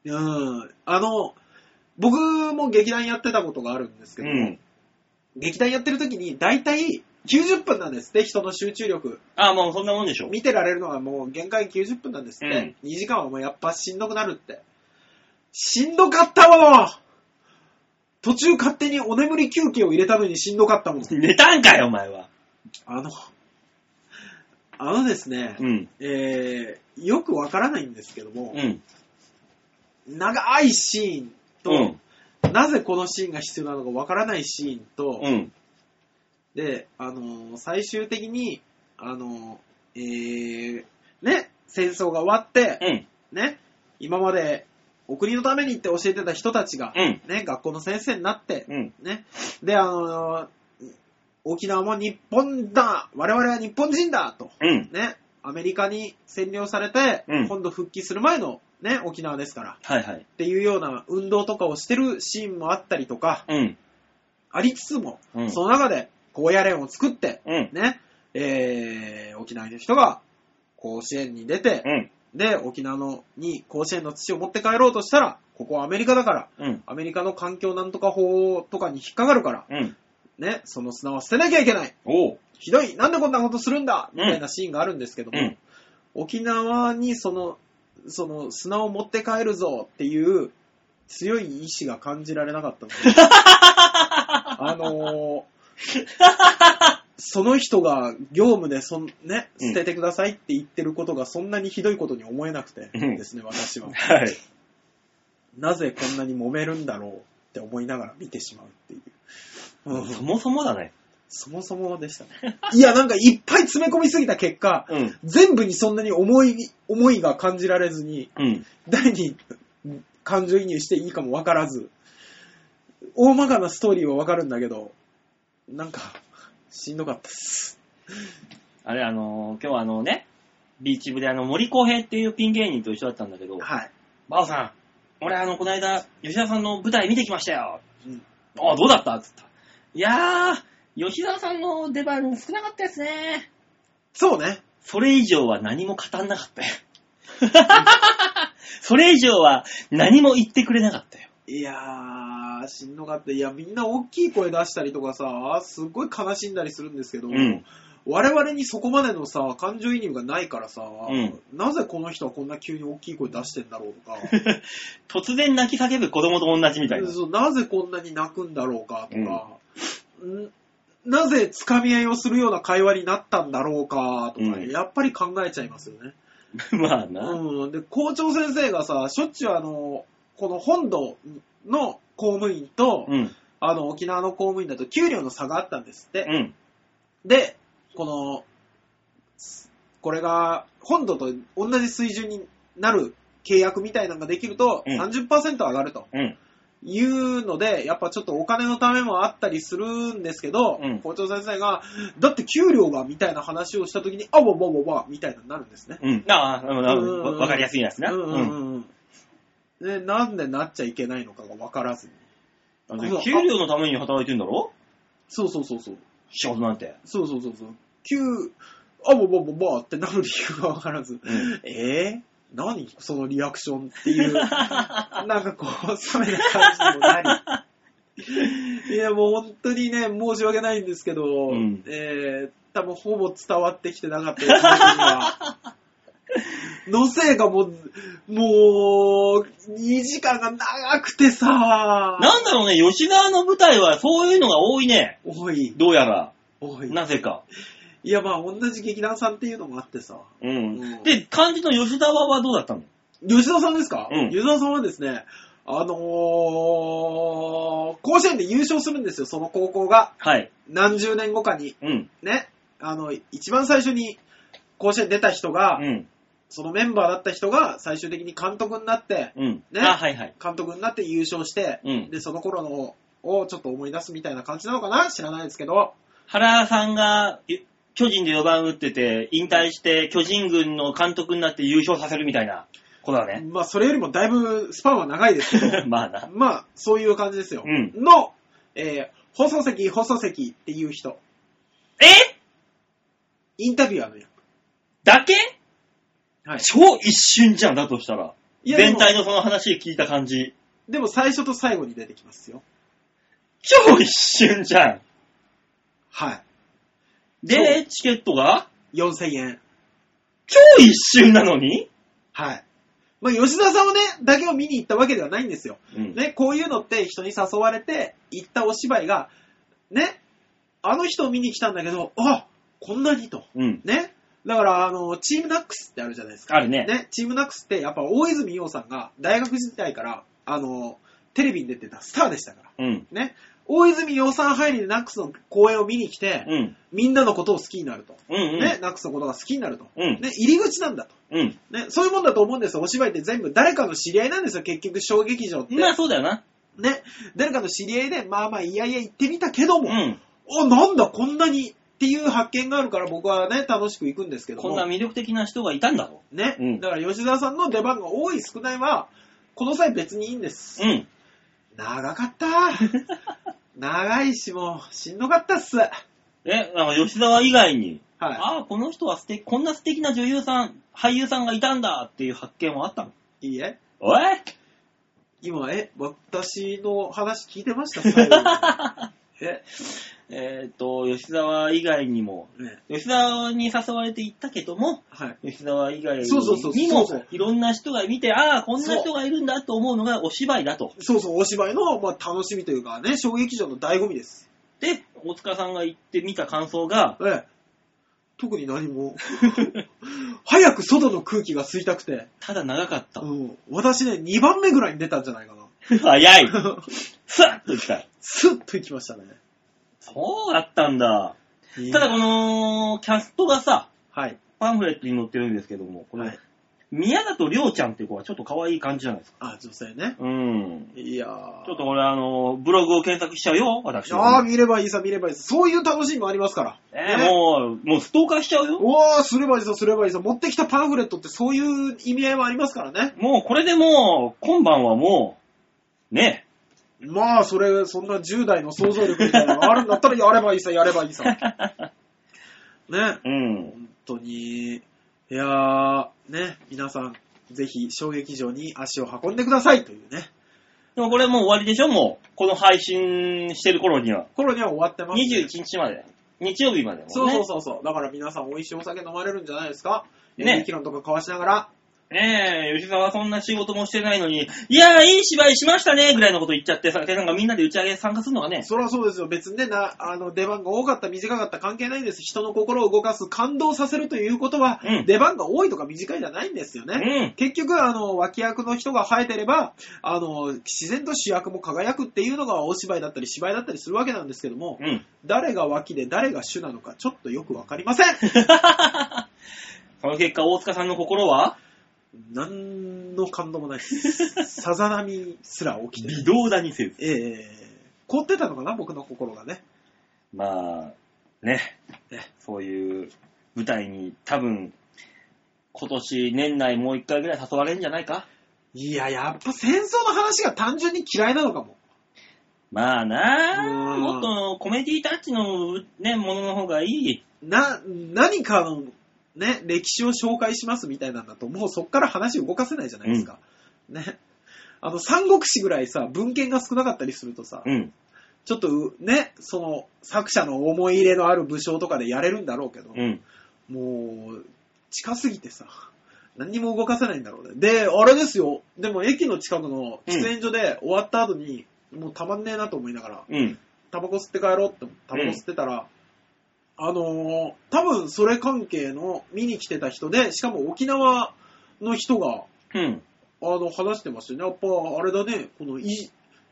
うん。あの、僕も劇団やってたことがあるんです けうど、ん。劇団やってる時に大体90分なんですって、人の集中力。あ、もうそんなもんでしょ。見てられるのはもう限界90分なんですって。2時間はもうやっぱしんどくなるって。しんどかったもん途中勝手にお眠り休憩を入れたのにしんどかったもん。寝たんかい、お前は。あの、あのですね、うん。えー、よくわからないんですけどもう、ん。長いシーンと、うん。なぜこのシーンが必要なのかわからないシーンと、うん。で、あのー最終的に、あのーえー、ね、戦争が終わって、うん。ね、今までお国のためにって教えてた人たちが、うん。ね、学校の先生になって、うん。ね、で、あのー沖縄も日本だ我々は日本人だと、うん。ね、アメリカに占領されて、うん今度復帰する前の、ね、沖縄ですから、はいはい。っていうような運動とかをしてるシーンもあったりとか、うん。ありつつも、うんその中で高野連を作って、うん。ね、えー、沖縄の人が甲子園に出て、うん。で、沖縄のに甲子園の土を持って帰ろうとしたら、ここはアメリカだから、うん。アメリカの環境なんとか法とかに引っかかるから、うん。ね、その砂は捨てなきゃいけない。おう。ひどいなんでこんなことするんだうんみたいなシーンがあるんですけども、うん沖縄にその、その砂を持って帰るぞっていう強い意志が感じられなかっ たので、あのーその人が業務でそん、ね、うん捨ててくださいって言ってることがそんなにひどいことに思えなくてうんですね、私は。はい。なぜこんなに揉めるんだろうって思いながら見てしまうっていう。うんそもそもだね。そもそもでしたね。 いや、なんかいっぱい詰め込みすぎた結果、うん。全部にそんなに思い、思いが感じられずに、うん。誰に感情移入していいかもわからず、大まかなストーリーはわかるんだけど、なんか、しんどかったっす。あれ、あのー今日はあのね、ビーチ部であの、森公平っていうピン芸人と一緒だったんだけど、はい。バオさん、俺あの、この間、吉田さんの舞台見てきましたよ。うんああ、どうだったっつった。いやー、吉田さんの出番少なかったですね。そうね。それ以上は何も語んなかった よ。それ以上は何も言ってくれなかったよ。いやー、しんどかった。いや、みんな大きい声出したりとかさ、すっごい悲しんだりするんですけど、うん我々にそこまでのさ、感情移入がないからさ、んなぜこの人はこんな急に大きい声出してんだろうとか、突然泣き叫ぶ子供と同じみたいな。そうなぜこんなに泣くんだろうかとか、んなぜ掴み合いをするような会話になったんだろうかとうか、んやっぱり考えちゃいますよね。 まあな。うん、で、校長先生がさ、しょっちゅうあの、この本土の公務員と、うん。あの、沖縄の公務員だと給料の差があったんですって。うん。で、この、これが本土と同じ水準になる契約みたいなのができると、うん30%上がると。うん。いうので、やっぱちょっとお金のためもあったりするんですけど、うん校長先生が、だって給料がみたいな話をした時に、あ、ぼぼぼぼみたいなのになるんですね。うん。ああ、なるほどなるほどうんわわかりやすいやつな。うんううんんうん。で、なんでなっちゃいけないのかがわからずに。だって給料のために働いてんだろそうそうそうそう。仕事なんて。そうそうそうそう。急、あぼぼぼぼってなる理由がわからず、んえー、何そのリアクションっていう、 なんかこう、冷めた感じにもなり。いや、もう本当にね、申し訳ないんですけど、んえー、多分ほぼ伝わってきてなかったよ、僕には。のせいがもう、もう、2時間が長くてさ、なんだろうね、吉沢の舞台はそういうのが多いね。おい、どうやら。おい。なぜか。いや、まあ、同じ劇団さんっていうのもあってさ、ううんん。で、漢字の吉沢はどうだったの吉田さんですか、うん吉田さんはですね、あのー、甲子園で優勝するんですよ、その高校が。はい。何十年後かに。うん。ね。あの、一番最初に甲子園出た人が、うん。そのメンバーだった人が最終的に監督になって、うん。ねあ、はいはい。監督になって優勝して、うんで、その頃のをちょっと思い出すみたいな感じなのかな知らないですけど。原さんが、ゆ巨人で4番打ってて、引退して、巨人軍の監督になって優勝させるみたいなことだね。まあ、それよりもだいぶスパンは長いで すけど。まあな。まあ、そういう感じですよ。うんの、えー、放送席、放送席っていう人、えインタビュアーの役。だけはい超一瞬じゃん、だとしたら。いやでも全体のその話聞いた感じ。でも最初と最後に出てきますよ。超一瞬じゃん。はで、チケットがい。4000円。超一瞬なのにはい。まあ、吉田さんをね、だけを見に行ったわけではないんですよ。うん。ね、こういうのって人に誘われて行ったお芝居が、ね、あの人を見に来たんだけど、あこんなにと。うん。ね。だから、あの、チームナックスってあるじゃないですか。あるね。ね、チームナックスって、やっぱ大泉洋さんが大学時代から、あの、テレビに出てたスターでしたから。うん。ね。大泉洋さん入りでナックスの公演を見に来て、うん。みんなのことを好きになると。うんうん。ね、ナックスのことが好きになると。うんね、入り口なんだと。うん。ね、そういうもんだと思うんですよ。お芝居って全部誰かの知り合いなんですよ。結局、小劇場って。まあそうだよな。ね、誰かの知り合いで、まあまあ、いやいや行ってみたけどうも、ん。お、なんだ、こんなにっていう発見があるから僕はね、楽しく行くんですけども。こんな魅力的な人がいたんだろね、うんだから吉沢さんの出番が多い少ないは、この際別にいいんです。う。うん。長か った。長いし、もう、しんどかったっす。え、なんか吉沢以外に、はああ、この人は素敵、こんな素敵な女優さん、俳優さんがいたんだっていう発見はあったのい。いいえ。おい今、え、私の話聞いてました最 後え、えーっと、吉沢以外にも、ね、吉沢に誘われて行ったけども、はい。吉沢以外そうそうそうにそうそうも、いろんな人が見て、ああ、こんな人がいるんだと思うのがお芝居だと。そうそう、お芝居の、まあ、楽しみというかね、小劇場の醍醐味です。で、大塚さんが行って見た感想が、ええ。特に 何も。早く外の空気が吸いたくて、ただ長かったう。ん、私ね、2番目ぐらいに出たんじゃないかな。 早い。スッと行った。スッと行きましたね。そうだったんだ。ただこの、キャストがさ、はい。パンフレットに載ってるんですけども、この、はい宮里亮ちゃんっていう子はちょっと可愛い感じじゃないですか。あ、女性ね。うん。いやちょっと俺、あの、ブログを検索しちゃうよ、私。ああ、見ればいいさ、見ればいいさ。そういう楽しみもありますから。えーもう、もうストーカーしちゃうよ。うわー、すればいいさ、すればいいさ。持ってきたパンフレットってそういう意味合いもありますからね。もうこれでもう、今晩はもう、 ね。まあ、それ、そんな10代の想像力みたいなのがあるんだったら、やればいいさ、やればいいさ。ね。うん。本当に、いやー、ね、皆さん、ぜひ、小劇場に足を運んでくださいというね。でもこれもう終わりでしょもう、この配信してる頃には。頃には終わってます。 21日まで。日曜日まで、ね。そうそうそうそう。だから皆さん、美味しいお酒飲まれるんじゃないですか。ねね。議論とか交わしながら。ねえ、吉沢はそんな仕事もしてないのに、いやー、いい芝居しましたねぐらいのこと言っちゃって、さなんかみんなで打ち上げ参加するのがね、そりゃそうですよ。別にね、な、あの、出番が多かった、短かった関係ないんです。人の心を動かす、感動させるということは、うん出番が多いとか短いじゃないんですよね。うん結局、あの、脇役の人が生えてれば、あの、自然と主役も輝くっていうのがお芝居だったり芝居だったりするわけなんですけども、うん。 誰が脇で誰が主なのかちょっとよくわかりません。その結果、大塚さんの心は 何の感動もないです。 さざ波すら起きてる。微動だにせず。ええ凍ってたのかな、僕の心がね。まあ、ねね、そういう舞台に多分、今年年内もう一回ぐらい誘われるんじゃないかいや、やっぱ戦争の話が単純に嫌いなのかも。まあなあうんもっとコメディタッチのね、ものの方がいい。な、何かの、ね、歴史を紹介しますみたいなんだと、もうそっから話動かせないじゃないですか。ね。あの、三国志ぐらいさ、文献が少なかったりするとさ、うん。ちょっとう、ね、その、作者の思い入れのある武将とかでやれるんだろうけど、うん。もう、近すぎてさ、何にも動かせないんだろうね。で、あれですよ、でも駅の近くの喫煙所で終わった後に、もうたまんねえなと思いながら、うん。タバコ吸って帰ろうって、タバコ吸ってたら、あのー多分それ関係の見に来てた人で、しかも沖縄の人が、うん。あの、話してましたよね。やっぱ、あれだね、このい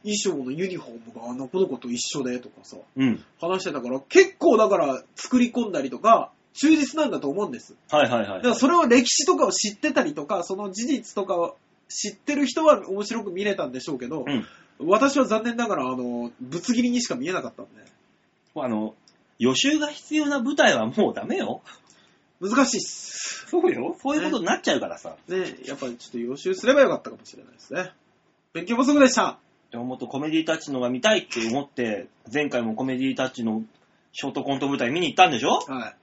衣装のユニフォームがあのこの子と一緒でとかさ、うん。話してたから、結構だから作り込んだりとか、忠実なんだと思うんです。はいはいはだいか。らそれを歴史とかを知ってたりとか、その事実とかを知ってる人は面白く見れたんでしょうけどう、ん。私は残念ながら、あの、ぶつ切りにしか見えなかったんで、あの、予習が必要な舞台はもうダメよ。難しいっす。そうよ。そういうことになっちゃうからさ。ね、やっぱりちょっと予習すればよかったかもしれないですね。勉強不足でした。でももっとコメディタッチのが見たいって思って、前回もコメディタッチのショートコント舞台見に行ったんでしょはい。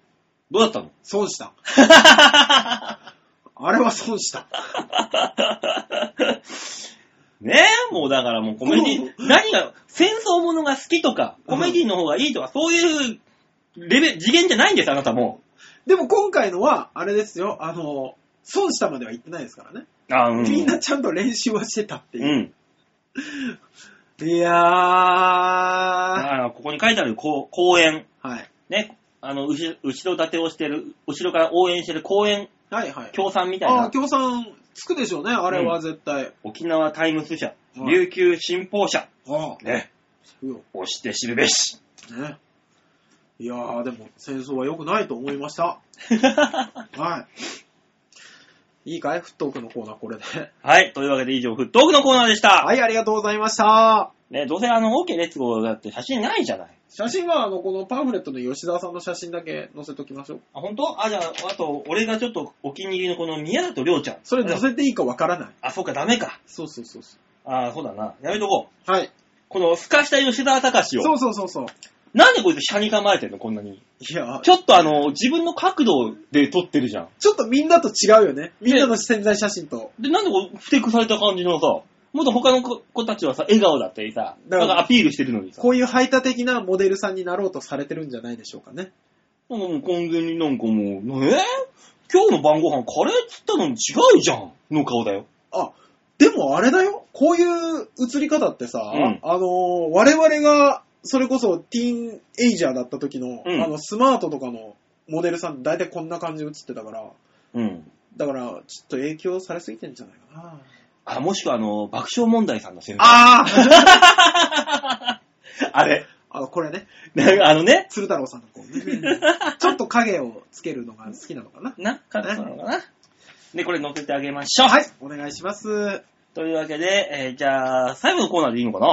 どうだった の損した。あれは損した。ねえ、もうだからもうコメディ、何が、戦争ものが好きとか、コメディの方がいいとか、そういうレベル、次元じゃないんです、あなたもでも今回のは、あれですよ、あの、損したまでは言ってないですからね。う。あ、うみんなちゃんと練習はしてたってういう。ん。いやー。だはから、ここに書いてあるこう公園、い。ね、あの、後後ろ盾をしてる、後ろから応援してる公園、はいはい。協賛みたいああなー、、協賛つくでしょうね、あれは絶対。沖縄タイムス社、うん琉球新報社、ああ、ね、つくよ。押して知るべし。 ね。いやー、でも戦争は良くないと思いました。はい。いいかいフットオークのコーナーこれで。はい、というわけで以上、フットオークのコーナーでした。はい、ありがとうございました。ね、どうせあの、OK レッツゴーだって写真ないじゃない。写真は、あの、このパンフレットの吉沢さんの写真だけ載せときましょう。あ、本当？あ、じゃあ、あと、俺がちょっとお気に入りのこの宮里亮ちゃん。それ載うんせていいかわからない。あ、そうか、ダメか。そうそうそうそあ、そうだな。やめとこう。う。はい。この、すかした吉沢隆そを。うそうそうそう。なんでこいつ、車に構えてんの、こんなに。いやー、ちょっとあの、自分の角度で撮ってるじゃん。ちょっとみんなと違うよね。みんなの潜在写真と。で、なんでこう、ふてくされた感じのさ、もっと他の子子たちはさ、笑顔だったりさ、だなかんらかアピールしてるのにさ、こういう排他的なモデルさんになろうとされてるんじゃないでしょうかね。なんかもう完全になんかもう、えー今日の晩ご飯カレーっつったのに違いじゃんの顔だよ。あ、でもあれだよ。こういう映り方ってさ、うんあのー我々が、それこそティーンエイジャーだった時の、うんあの、スマートとかのモデルさん、大体こんな感じで映ってたから、うん。だから、ちょっと影響されすぎてんじゃないかな。あ、もしくはあの、爆笑問題さんの先生。あーあれ。 あの、これね、なん かあのね、鶴太郎さんのこうね、 ちょっと影をつけるのが好きなのかな。な、かねそうなのかな。で、これ載せてあげましょう。はい、お願いします。というわけで、えーじゃあ、最後のコーナーでいいのかな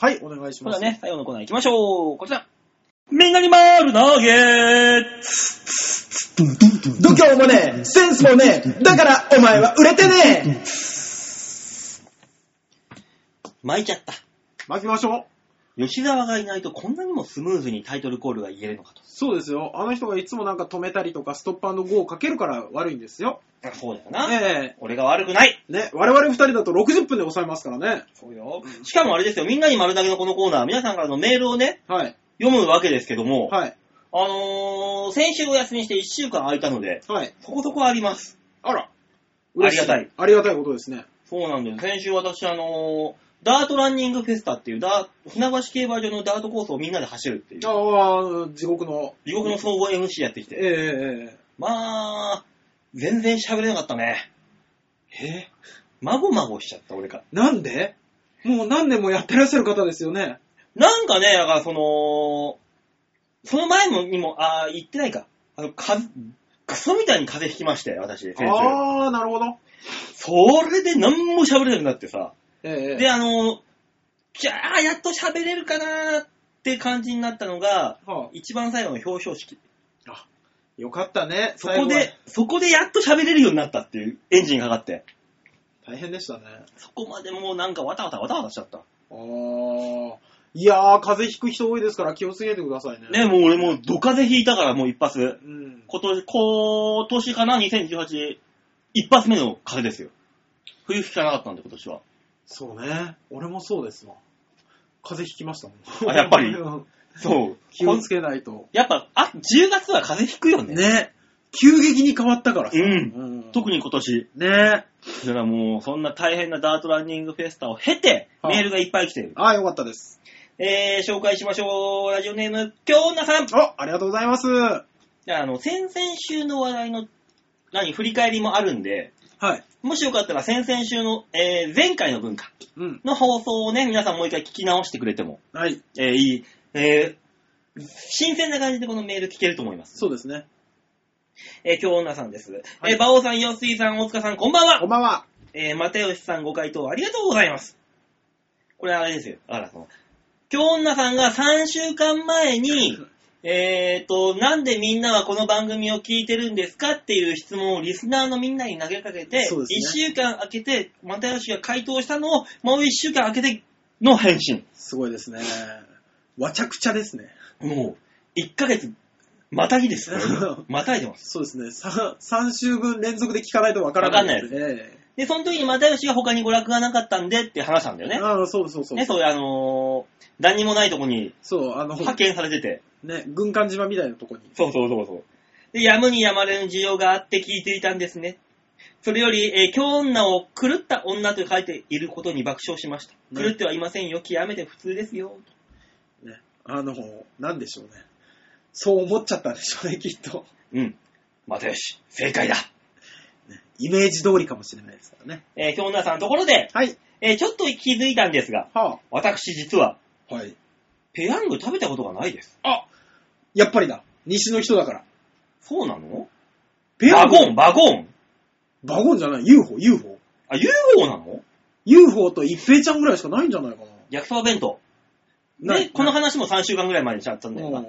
はい、お願いしそまうす。だね、最後のコーナー行きましょう。こちら。みんなに回る投げ度胸もねえ、センスもねえ、だからお前は売れてねえ巻いちゃった。 巻きましょう。吉沢がいないとこんなにもスムーズにタイトルコールが言えるのかと。そうですよ。あの人がいつもなんか止めたりとか、ストップゴーをかけるから悪いんですよ。あそうだよな。え俺が悪くない。えね、我々二人だと60分で抑えますからね。そうよ。しかもあれですよ、みんなに丸投げのこのコーナー、皆さんからのメールをね、はい。読むわけですけども、はい。あのー、先週お休みして1週間空いたので、はい。そこそこあります。あら。ありがたい。ありがたいことですね。そうなんです。先週私、あのー、ダートランニングフェスタっていうダー、船橋競馬場のダートコースをみんなで走るっていうあ、あ、地獄の。地獄の総合 MC やってきえて、えええまあ、全然喋れなかったね。えまごまごしちゃった、俺が。なんでもう何年もやってらっしゃる方ですよね。なんかね、だからその、その前もにも、ああ、言ってないか。あの、か、クソみたいに風邪ひきまして、私、先生。あー、なるほど。それで何も喋れなくなってさ。ええええで、あの、じゃあ、やっと喋れるかなーって感じになったのが、は一番最後の表彰式。あ、よかったね。そこで、そこでやっと喋れるようになったっていうエンジンがかかって。最後は。大変でしたね。そこまでもうなんかわたわたわたわたしちゃった。あー。いやー、風邪ひく人多いですから気をつけてくださいね。ね、もう俺もうど風邪ひいたからもう一発。うん。今年、今年かな ?2018。一発目の風邪ですよ。冬吹かなかったんで今年は。そうね。俺もそうですわ。風邪ひきましたもん。あやっぱりうんそう。 気をつけないと。やっぱ、あ、10月は風邪ひくよね。ね。急激に変わったからさ。うん。うん特に今年。ね。だからもう、そんな大変なダートランニングフェスタを経て、はいメールがいっぱい来てる。あー、よかったです。えー、紹介しましょう。ラジオネーム、京奈さん。あ、ありがとうございます。はじゃあ、あの、先々週の話題の、何、振り返りもあるんで、い。もしよかったら先々週の、えー、前回の文化うん。の放送をね、皆さんもう一回聞き直してくれても、はい。えー、いい、えー、新鮮な感じでこのメール聞けると思います。そうですね。えー、京女さんです。はいえー、馬王さん、陽水さん、大塚さん、こんばんはこんばんは。えー、又吉さんご回答ありがとうございます。これあれですよ。あら、その、今日女さんが3週間前 に、えーと、なんでみんなはこの番組を聞いてるんですかっていう質問をリスナーのみんなに投げかけて、そうです1週間空けて、又吉が回答したのを、もう1週間空けての返信。すごいですね。わちゃくちゃですね。もう、1ヶ月、またぎです。またいでます。そうですね。さ3週分連続で聞かないとわからないですね。で、その時に又吉が他に娯楽がなかったんでって話なんだよね。ああ、そうそうそう。ね、そういうあのー何にもないとこにそう、あの、派遣されてて。ね、軍艦島みたいなとこに。そうそうそうそう。で、やむにやまれぬ需要があって聞いていたんですね。それより、えー今日女を狂った女と書いていることに爆笑しました。ね狂ってはいませんよ。極めて普通ですよ。ね、あの、なんでしょうね。そう思っちゃったんでしょうね、きっと。うん。又吉、正解だ。イメージ通りかもしれないですからね。えー今日女さんのところで、はい。えーちょっと気づいたんですが、は私実は、あ。はい。ペヤング食べたことがないです。あやっぱりだ。西の人だから。そうなのペバゴンン、バゴン。バゴンじゃない。UFO、UFO。あ、UFO なの UFO と一平ちゃんぐらいしかないんじゃないか焼きそば弁当。な。ね、この話話も3週間ぐらい前にしちゃったんだよな。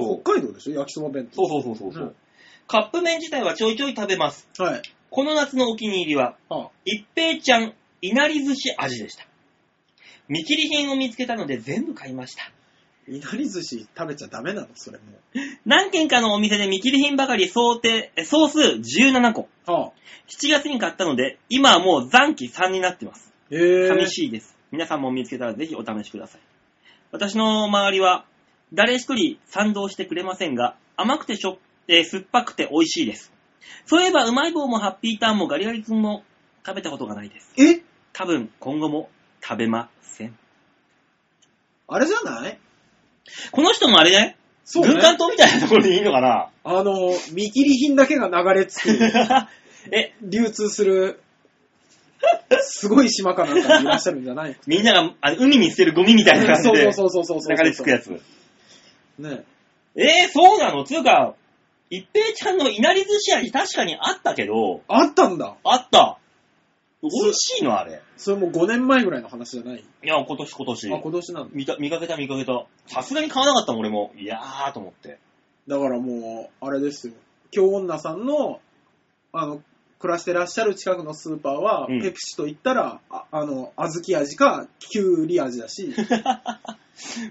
そうれ北海道でしょ焼きそば弁当。そうそうそうそうそう、カップ麺自体はちょいちょい食べます。はい。この夏のお気に入りは、はあ、一平ちゃん、いなり寿司味でした。見切り品を見つけたので全部買いました。いなり寿司食べちゃダメなのそれも何軒かのお店で見切り品ばかり想定、え総数17個。う。はあ。 7月に買ったので、今はもう残機3になってます。えー、寂しいです。皆さんも見つけたらぜひお試しください。私の周りは、誰一人賛同してくれませんが、甘くてしょっ、えー酸っぱくて美味しいです。そういえば、うまい棒もハッピーターンもガリガリ君も食べたことがないです。え多分今後も食べません。あれじゃないこの人もあれね、そうね軍。艦島みたいなところにいいのかなあの、見切り品だけが流れ着く、 え、流通す る、すごい島かなんかにいらっしゃるんじゃないみんながあの海に捨てるゴミみたいな感じそうでそうそうそうそうそう。流れ着くやつ。ねえー、そうなのつうか、一平ちゃんのいなり寿司味確かにあったけど、あったんだ。あった。美味しいのあれ。それもう5年前ぐらいの話じゃないいや、今年今年あ、。今年なん見た見かけた見かけた。さすがに買わなかったもん、俺も。いやーと思って。だ。だからもう、あれですよ。京女さんの、あの、暮らしてらっしゃる近くのスーパーは、うんペプシと言ったら、ああの、小豆味か、きゅうり味だし、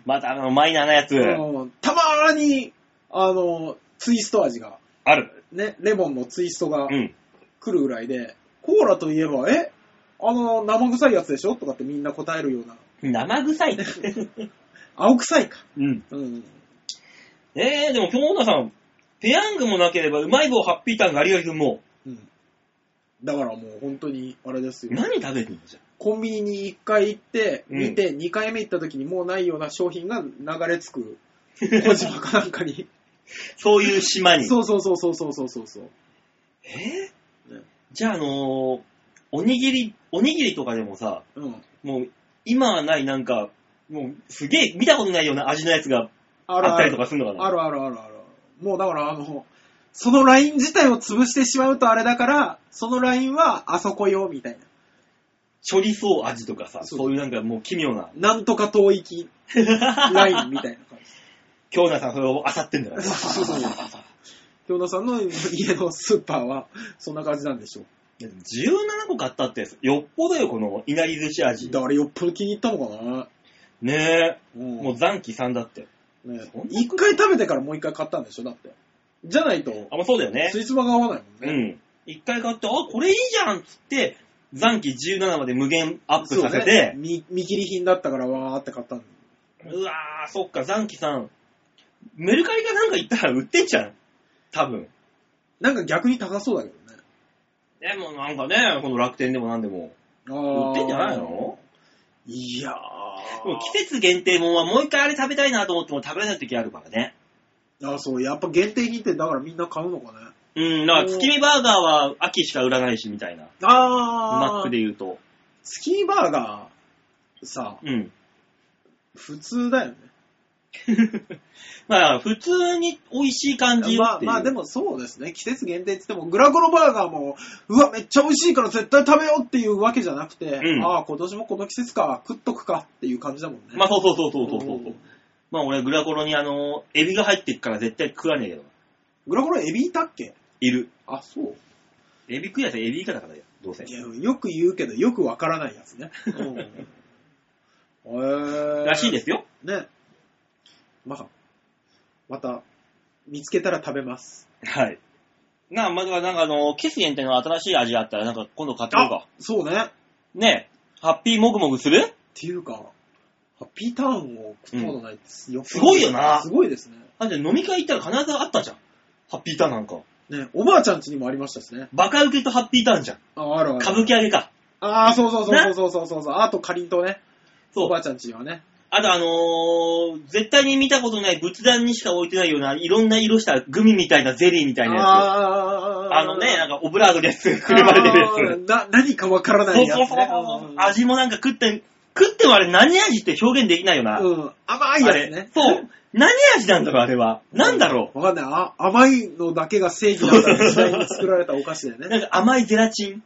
またあの、マイナーなやつ、うんたまーに、あの、ツイスト味が、ある。ね、レモンのツイストがうん。来るぐらいで、コーラといえば、えあの、生臭いやつでしょとかってみんな答えるような。生臭い。青臭いか。うん。うん。えー、でも、京女さん、ペヤングもなければ、うまい棒、ハッピーターン、ガリガリ君も、うん。だからもう本当に、あれですよ。何食べてんのじゃん。コンビニに1回行って、うん見て、2回目行った時にもうないような商品が流れ着く。小島かなんかに。そういう島に。そうそうそうそうそうそうそうそう。えーねじゃあ、あのーおにぎり、おにぎりとかでもさ、うん。もう、今はない、なんか、もう、すげえ、見たことないような味のやつがあるあっあたりとる。かするのかなあるあるあるある。もうだからあの、そのライン自体を潰してしまうとあれだから、そのラインはあそこよ、みたい処理そう味とかさ、そそうういうなんかもう奇妙な。な。なんとか遠域ラインみたいな感じ。京奈さんそれを漁ってんだよ。そうそうそう京田さんの家のスーパーは、そんな感じなんでしょう。でも17個買ったって、よっぽどよ、このいなり寿司味。だからよっぽど気に入ったのかな。ねえ。うんもう残機さんだって。ねそんな一回食べてからもう一回買ったんでしょだって。じゃないと、あ、もうそうだよねス。イーツバが合わないうもんね。ん。一回買って、あ、これいいじゃんっつって、残機17まで無限アップそうさせねて、見見切り品だったからわーって買ったんだうわー、そっか、残機さん。メルカリかなんか行ったら売ってんじゃん。多分。なんか逆に高そうだけどね。でもなんかね、この楽天でもなんでも。あ売ってんじゃないのいやでも季ー。節限定もんはもう一回あれ食べたいなと思っても食べれない時あるからね。あそう、やっぱ限定品ってだからみんな買うのかね。うん、だから月見バーガーは秋しか売らないしみたいな。あマックで言うと。スキーバーガー、さ、うん。 普通だよね。まあ、普通に美味しい感じよまあっていう。まあでもそうですね。季節限定って言っても、グラコロバーガーも、うわ、めっちゃ美味しいから絶対食べようっていうわけじゃなくて、うんああ、今年もこの季節か、食っとくかっていう感じだもんね。まあそうそうそうそうそうそう。うんまあ俺、グラコロにあの、エビが入ってっから絶対食わねえけど。グラコロエビいたっけいる。あ、そう。エビ食いやつはエビ以下だからよ、どうせ。いやよく言うけど、よくわからないやつね。え ー、らしいですよ。ね。まあ、また、見つけたら食べます。はい。なあ、まずはなんかあの、キス限定の新しい味あったら、なんか今度買ってこうか。そうね。っねえ、ハッピーモグモグするていうか、ハッピーターンを食ったことないです、よっすぽどごいよなすごいですね。あんた飲み会行ったら必ずあったじゃん。ハッピーターンなんか。ね、おばあちゃん家にもありましたしね。バカ受けとハッピーターンじゃん。あ、あるある。歌舞伎揚げか。ああ、そうそうそうそうそうそうそう。あと、かりんとうね。そおばあう。ちゃん家にはね。あとあのー、絶対に見たことない仏壇にしか置いてないような、いろんな色したグミみたいなゼリーみたいなやつ。ああのね、なんかオブラートのやつ、 くあーるまれてるやつ。な、何かわからなそいうやつ、そうね。そうそう。ん味もなんか食って、食ってもあれ何味って表現できないよな。うん。甘いあやれつね。そう。何味なんだろう、あれは。なんだろわかんない。あ甘いのだけが正義だった時代に作られたお菓子でう。なね。んか甘いゼラチン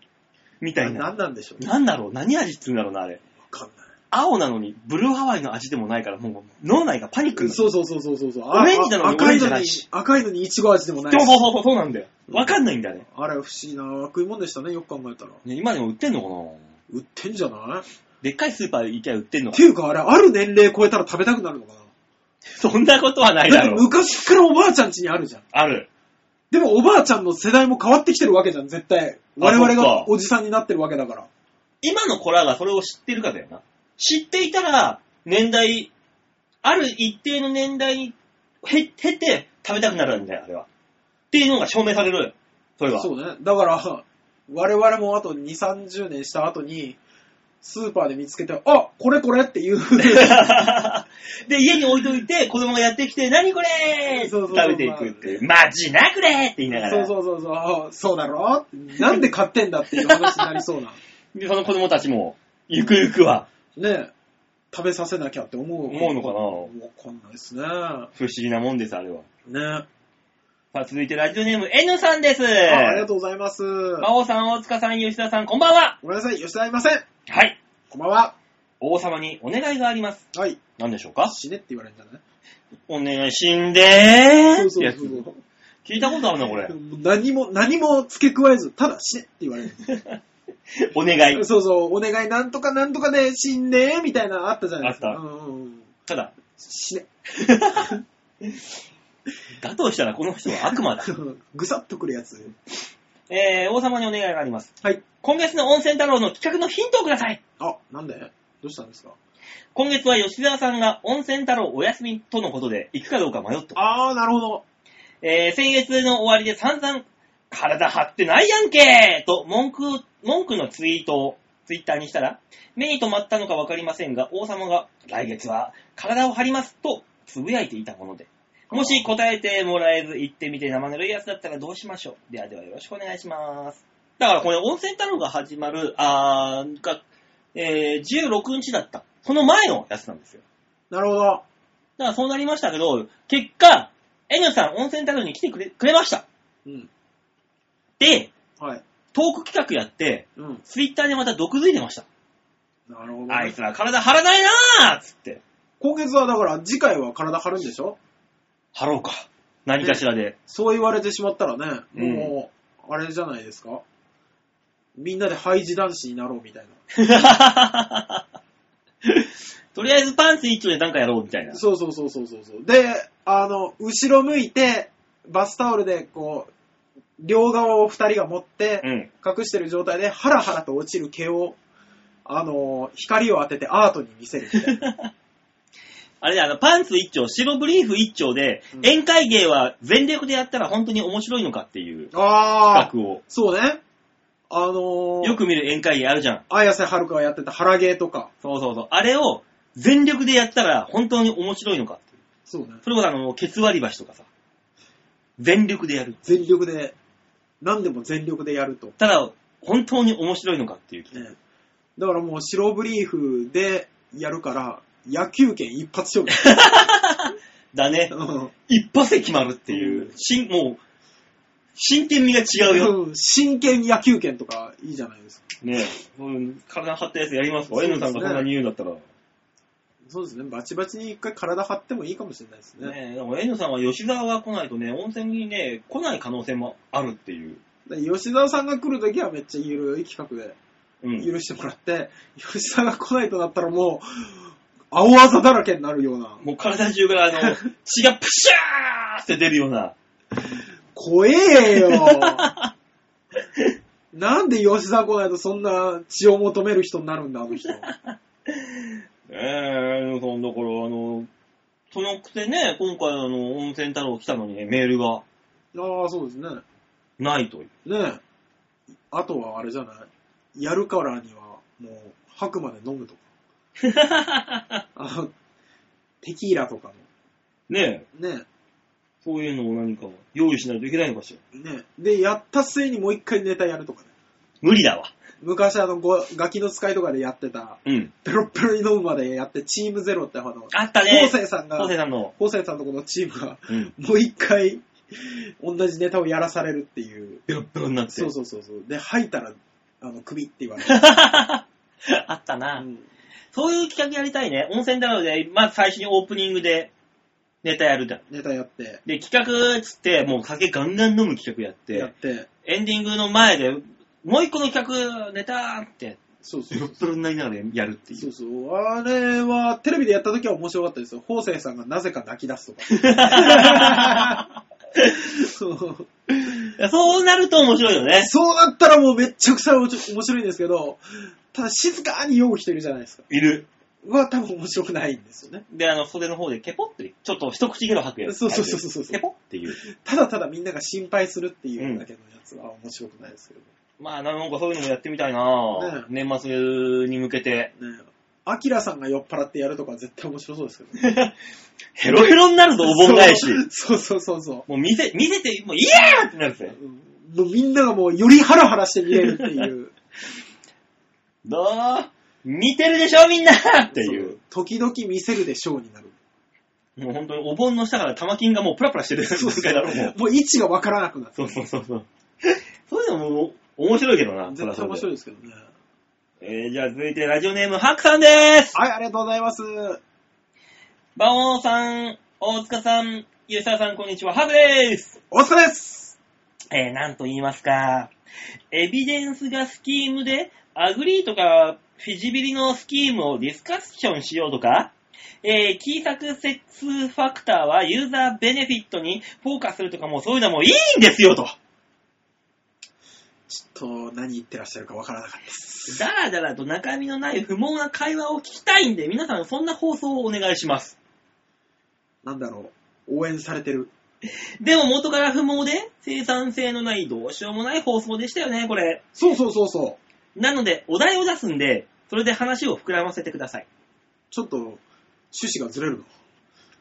みたいな。何なんでしょうね。わなんだろう、何味っつうんだろうな、あれ。かん青なのに、ブルーハワイの味でもないから、もう脳内がパニックなにい。なる。そうそうそうそうそうそう。オレンジなのにあ赤オレンいジじゃのなにいし、赤いのにイチゴ味でもないそうしそうそうそう、そうなんだよ。わかんないんだよね。あれ不思議な食い物でしたね、よく考えたら。ね今でも売ってんのかな売ってんじゃないでっかいスーパー行きゃ売ってんのっかていうか、あれ、ある年齢超えたら食べたくなるのかなそんなことはないだっだてろ う。昔からおばあちゃん家にあるじゃん。ある。でもおばあちゃんの世代も変わってきてるわけじゃん、絶対。我々そっかがおじさんになってるわけだから。今の子らがそれを知ってるかだよな。知っていたら、年代、ある一定の年代に減減って食べたくなるんだよ、あれは。っていうのが証明される。それは。そうね。だから、我々もあと2、30年した後に、スーパーで見つけて、あこれこれってい う。で、家に置いといて、子供がやってきて、何これそうそうそう食べていくっていう。マジなくれって言いながら。そうそうそうそうあ、そうだろなんで買ってんだっていう話にな りそうな。で、その子供たちも、ゆくゆくは、ねえ食べさせなきゃって思う。思うのかなわかんないですね。不思議なもんです、あれは。ねさあ、続いてラジオネーム N さんです。えあありが馬とうございます。王さん、大塚さん、吉田さん、こんばんは。ごめんなさい、吉田いません。はい。こんばんは。王様にお願いがあります。はい。何でしょうか死ねって言われるんじゃないお願い死んでーそうそいうやそうそう。聞いたことあるな、こ れ。もう何も、何も付け加えず、ただ死ねって言われる。お願い。そうそう、お願いなんとかなんとかで死んで、みたいなのあったじゃないですか。あったうんうんうんただ、死ね。 だとしたらこの人は悪魔だ。ぐさっとくるやつ。 えー、王様にお願いがあります。はい。今月の温泉太郎の企画のヒントをください。あ、なんでどうしたんですか今月は吉沢さんが温泉太郎お休みとのことで行くかどうか迷った。あー、なるほど。えー、先月の終わりで散々、体張ってないやんけーと文句、文句のツイートをツイッターにしたら、目に留まったのかわかりませんが、王様が来月は体を張りますとつぶやいていたもので、もし答えてもらえず行ってみて生ぬるいやつだったらどうしましょう。ではではよろしくお願いします。だからこれ温泉太郎が始まる、あー、が、えー、16日だった。その前のやつなんですよ。なるほど。だからそうなりましたけど、結果、N さん温泉太郎に来てくれくれました。うん。で、はい。トーク企画やって、うん。ツイッターでまた毒づいてました。なるほど、あいね。つら体張らないなーっつって。今月はだから次回は体張るんでしょ張ろうか。何かしらで。そう言われてしまったらね、もう、あれじゃないですか。みんなで廃児男子になろうみたい とりあえずパンツ一丁でなんかやろうみたいなな。。そうそうそうそうそうそう。で、あの、後ろ向いて、バスタオルでこう、両側を二人が持って、うん。隠してる状態で、ハラハラと落ちる毛を、あの、光を当ててアートに見せるみた いな。あれだ、あの、パンツ一丁、白ブリーフ一丁で、うん宴会芸は全力でやったら本当に面白いのかっていうああ、企画を。そうね。あのー、よく見る宴会芸あるじゃん。綾瀬はるかがやってた腹芸とか。そうそうそう。あれを全力でやったら本当に面白いのかっていう。そうね。それこそあの、ケツ割り箸とかさ。全力でやる。全力で、何でも全力でやると。ただ、本当に面白いのかっていう。ね、だからもう白ブリーフでやるから、野球拳一発勝負。だね。 うん一発で決まるっていう。しん、もう、真剣味が違うよ。うん真剣野球拳とかいいじゃないですか。ねえ、うん、体張ったやつやりますそうかでエすンねさんがそんなに言うんだったら。そうですね。バチバチに一回体張ってもいいかもしれないですね。ねえ、でもエンさんは吉沢が来ないとね、温泉にね、来ない可能性もあるっていう。で吉沢さんが来るときはめっちゃゆるい企画でうん。許してもらって、吉沢が来ないとなったらもう、青あざだらけになるような、もう体中からあの、血がプシャーって出るような。怖 えよなんで吉沢来ないとそんな血を求める人になるんだ、あの人。ええそんだから、あの、そのくてね、今回あの、温泉太郎来たのにね、メールがああ、そうですね。ないという。ねえ。あとはあれじゃないやるからには、もう、吐くまで飲むとか。あのテキーラとかねえ、の。ねそういうのを何か用意しないといけないのかしら。え。ねえ。で、やった末にもう一回ネタやるとかね。無理だわ。昔あの、ごガキの使いとかでやってた、うん。ペロッペロに飲むまでやって、チームゼロってあの、あった昴ね。生さんが昴、生さんの。昴生さんのとこのチームが、うん。もう一回、同じネタをやらされるっていう。ベロッベロになって。そうそうそうそう。で、吐いたら、あの、首って言われる。あったな。うんそういう企画やりたいね。温泉だろうで、まず最初にオープニングでネタやるじゃん。ネタやって、で、企画っつって、もう酒ガンガン飲む企画やっ、やってて、エンディングの前で、もう一個の企画、ネタって、そうそプうそロうプロになりながらやるっていそうう。そう。あれは、テレビでやった時は面白かったですよ。方正さんがなぜか泣き出すとか。そうそうなると面白いよね。そうなったらもうめっちゃくちゃ面白いんですけど、ただ静かに酔う人いるじゃないですか。いる。は多分面白くないんですよね。で、あの、袖の方でケポって、ちょっと一口ゲロ吐くやつ。そうそうそうそうそうケポっていう。ただただみんなが心配するっていうだけのやつは面白くないですけどまあ、なんかそういうのもやってみたいな、ね年末に向けて。ね。アキラさんが酔っ払ってやるとか絶対面白そうですけどね。ヘロヘロになるぞ、お盆返し。そうそうそうそう。もう見 せ、見せて、もう、イエーってなるぜ。うんもうみんながもうよりハラハラして見れるっていう。どう見てるでしょ、みんなっていう。そう。時々見せるでしょうになる。もう本当にお盆の下から玉金がもうプラプラしてるそうそう 世界だろ、もう。もう位置がわからなくなる。そうそうそうそう。そういうのも面白いけどな。絶対そ面白いれはですけどね。それでえー、じゃあ続いてラジオネーム、ハクさんです。はい、ありがとうございます。バオさん、大塚さん、吉沢さん、こんにちは。ハクです。お疲れです。えー、なんと言いますか。エビデンスがスキームで、アグリーとか、フィジビリのスキームをディスカッションしようとか、えー、キーサクセスファクターはユーザーベネフィットにフォーカスするとかもうそういうのはもういいんですよと。ちょっと何言ってらっしゃるかわからなかったです。だらだらと中身のない不毛な会話を聞きたいんで、皆さんそんな放送をお願いします。なんだろう。応援されてる。でも元から不毛で、生産性のないどうしようもない放送でしたよね、これ。そうそうそうそう。なので、お題を出すんで、それで話を膨らませてください。ちょっと趣旨がずれるの。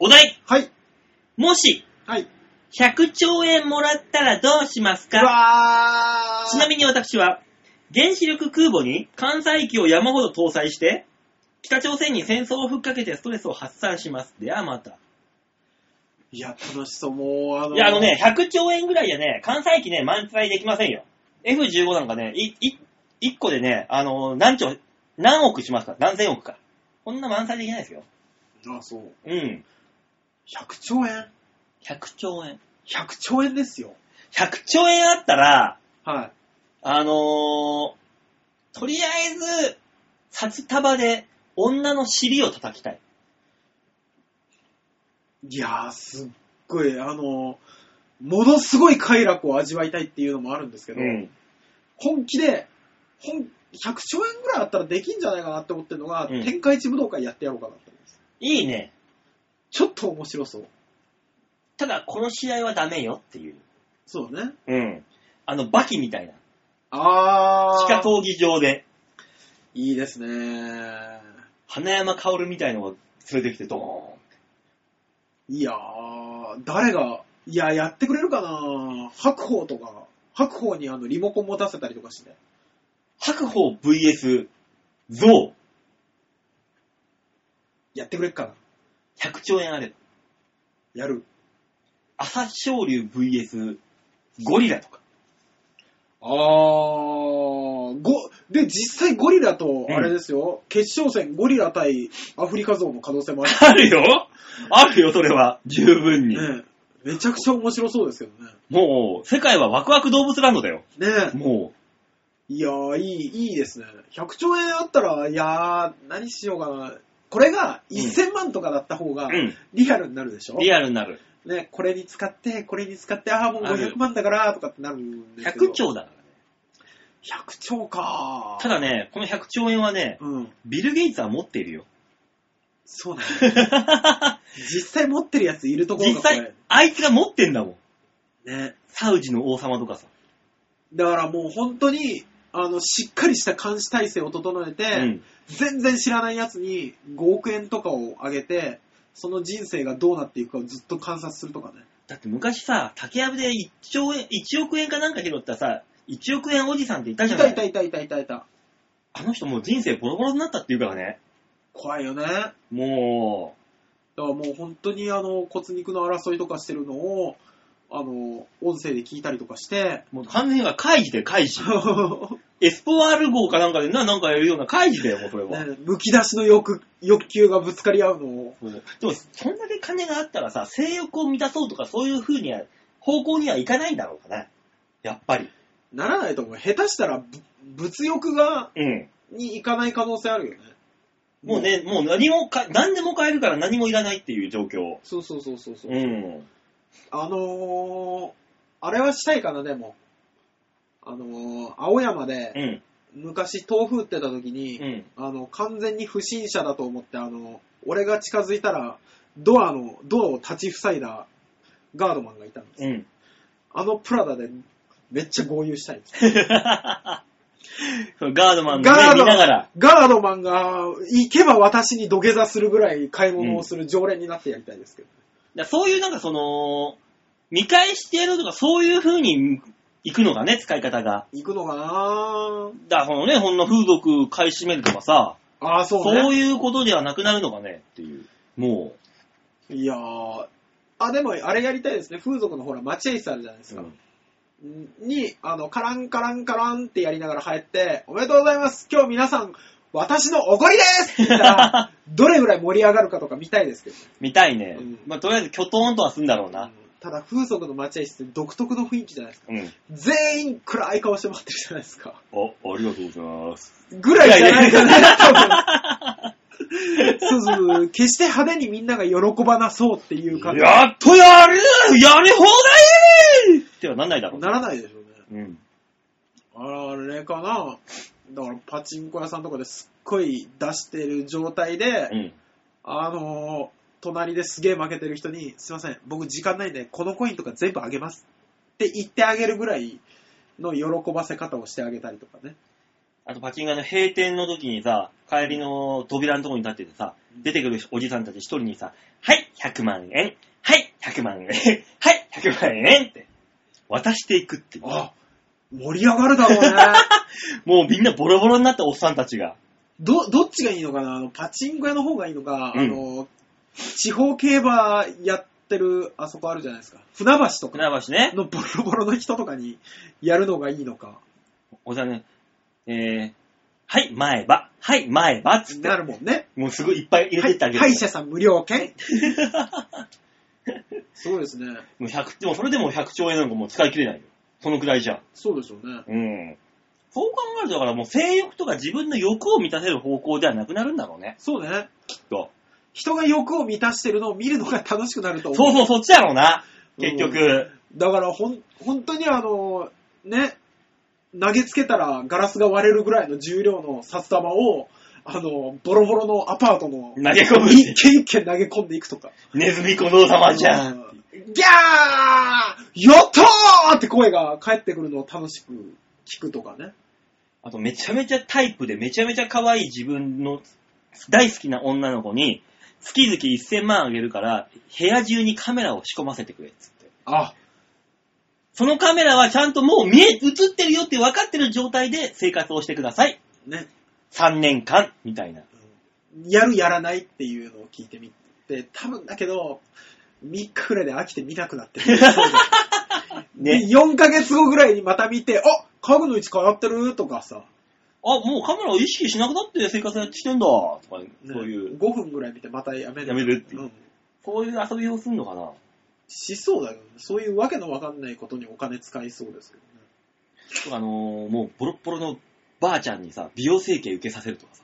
お題はい。もし、はい。 100兆円もらったらどうしますうかわーちなみに私は、原子力空母に関西機を山ほど搭載して、北朝鮮に戦争をふっかけてストレスを発散します。ではまた。いや、楽しそう、もう、あの、いや、あのね、100兆円ぐらいじゃね、関西機ね、満載できませんよ。F15 なんかね、い、い、1個でね、あの、何兆、何億しますから、何千億か。こんな満載できないですよ。あ、そう。うん。 100兆円100兆円。 ?100 兆円ですよ。 100兆円あったら、はい。あのーとりあえず、札束で女の尻を叩きたい。いやー、すっごい、あの、ものすごい快楽を味わいたいっていうのもあるんですけど、うん。本気で、本、100兆円ぐらいあったらできんじゃないかなって思ってるのが、うん天下一武道会やってやろうかなって思います。いいね。ちょっと面白そう。ただ、この試合はダメよっていう。そうね。うん。あの、バキみたいな。あー。地下闘技場で、いいですね。花山薫みたいのを連れてきて、ドーン。いやー、誰が、いや、やってくれるかな白鵬とか、白鵬にあのリモコン持たせたりとかして。白鵬 VS 象やってくれっかな100兆円あればやる。朝青龍 VS ゴリラとかあー、ご、で、実際ゴリラと、あれですよ、決勝戦ゴリラ対アフリカゾウの可能性もあ ある。るよあるよそれは十分に、ねえめちゃくちゃ面白そうですけどね。もう世界はワクワク動物ランドだよねえもいやー、いい、いいですね。100兆円あったら、いやー、何しようかな。これが1000万とかだった方がう、うんリアルになるでしょ、リアルになるね、これに使って、これに使って、ああ、もう500万だから、とかってなるんですけど。 100。兆だからね100兆かただねこの100兆円はねうん。ビル・ゲイツは持っているよ そうだね。実際持ってるやついるところ実がこ際れ。あいつが持ってんだもんね。サウジの王様とかさ、だからもう本当に、あの、しっかりした監視体制を整えて、うん全然知らないやつに5億円とかをあげて、その人生がどうなっていくかをずっと観察するとかね。だって昔さ竹やぶで1兆円1億円かなんか拾ったさ1億円おじさんっていたいじゃなたいいたいたいたいたいた。あの人もう人生ボロボロになったっていうからね。怖いよね。だかもらもう本当にあの、骨肉の争いとかしてるのを、あの、音声で聞いたりと かして、う、もう完全には開示で開示。エスポワール号かなんかでな、なんかやるような開示だよ、もうそれは。ね、むき出しの欲欲求がぶつかり合うのを、そうでも、そんだけ金があったらさ、性欲を満たそうとかそういう風には、方向にはいかないんだろうかね。やっぱり。ならないと思う。下手したらぶ、物欲が、うん。に行かない可能性あるよね。もう。ね、もう何もか、何でも買えるから何もいらないっていう状況。そうそうそうそうそう。うん。あのー、あれはしたいかな、でも。あのー、青山うで、ん。昔豆腐売ってた時に、うん。あの、完全に不審者だと思って、あの、俺が近づいたら、ドアの、ドアを立ち塞いだガードマンがいたんです。うん。あのプラダで、めっちゃ豪遊したいんです。 そうガードマンの目見ながら。ガードマンが行けば私に土下座するぐらい買い物をする常連になってやりたいですけど。だからそういうなんかその、見返してやるとかそういう風に行くのがね、使い方が。行くのかなだからこのね、ほんの風俗買い占めるとかさ、ああ、そうそう,、ね。いうことではなくなるのがね、っていう。もいやー。あ、でも、あれやりたいですね。風俗のほら、待合室あるじゃないですうか。んに、あの、カランカランカランってやりながら入って、おめでとうございます今日皆さん、私のおごりですって言った ら、どれぐらい盛り上がるかとか見たいですけど。見たいね。うんまあ、とりあえず、キョトーンとはすんだろうな。ただ、風俗の待合室って独特の雰囲気じゃないですか。うん。全員暗い顔して待ってるじゃないですか。お、ありがとうございます。ぐらいじゃないかな、多分。そうそう、決して派手にみんなが喜ばなそうっていう感じ。やっとやるやり放題ってはなんないだろう。ならないでしょうね。うん。あれかな。だからパチンコ屋さんとかですっごい出してる状態で、うん。あのー隣ですげえ負けてる人に、すいません、僕時間ないんで、このコインとか全部あげますって言ってあげるぐらいの喜ばせ方をしてあげたりとかね。あと、パチンコ屋の閉店の時にさ、帰りの扉のとこに立っててさ、出てくるおじさんたち一人にさ、はい、100万円、はい、100万円、はい、100万円って渡していくっていう。あ、盛り上がるだろうね。 もうみんなボロボロになったおっさんたちが。ど、どっちがいいのかなあの、パチンコ屋の方がいいのか、うんあの、地方競馬やっってる、あそこあるじゃないですか。船橋と船か橋ね。のボロボロの人とかにやるのがいいのか。おじゃね、えー、はい、前歯。はい、前歯っつってな。るもん ね。もうすごいいっぱい入れはてっいてあげる。歯医者さん無料 券そうですね。もう100、でもそれでも100兆円なんかもう使い切れないよ。そのくらいじゃ。そうでしょうね。うん。そう考えると、だからもう性欲とか自分の欲を満たせる方向ではなくなるんだろうね。そうね。きっと。人が欲を満たしてるのを見るのが楽しくなると思そうう。そう、そっちやろうな。結う局。だからほん、本当にあの、ね、投げつけたらガラスが割れるぐらいの重量の札束を、あの、ボロボロのアパートの投げ込む。 一軒一軒投げ込んでいくとか。ネズミ小僧様じゃ。うんん。ギャーやったーって声が返ってくるのを楽しく聞くとかね。あと、めちゃめちゃタイプで、めちゃめちゃ可愛い自分の大好きな女の子に、月々1000万あげるから、部屋中にカメラを仕込ませてくれ、つって。あ、そのカメラはちゃんともう見え、映ってるよって分かってる状態で生活をしてください。ね。 3年間、みたいな。やるやらないっていうのを聞いてみて、多分だけど、3日くらいで飽きて見なくなってる。 ね。 4ヶ月後ぐらいにまた見て、あ家具の位置変わってるとかさ、あ、もうカメラを意識しなくなって生活してんだ、とか、そういう、 5分ぐらい見てまたやめる。やめるっていうんそういう遊びをするのかな。しそうだけどね、そういうわけのわかんないことにお金使いそうですけどね。とかあのーもうボロッボロのばあちゃんにさ、美容整形受けさせるとかさ。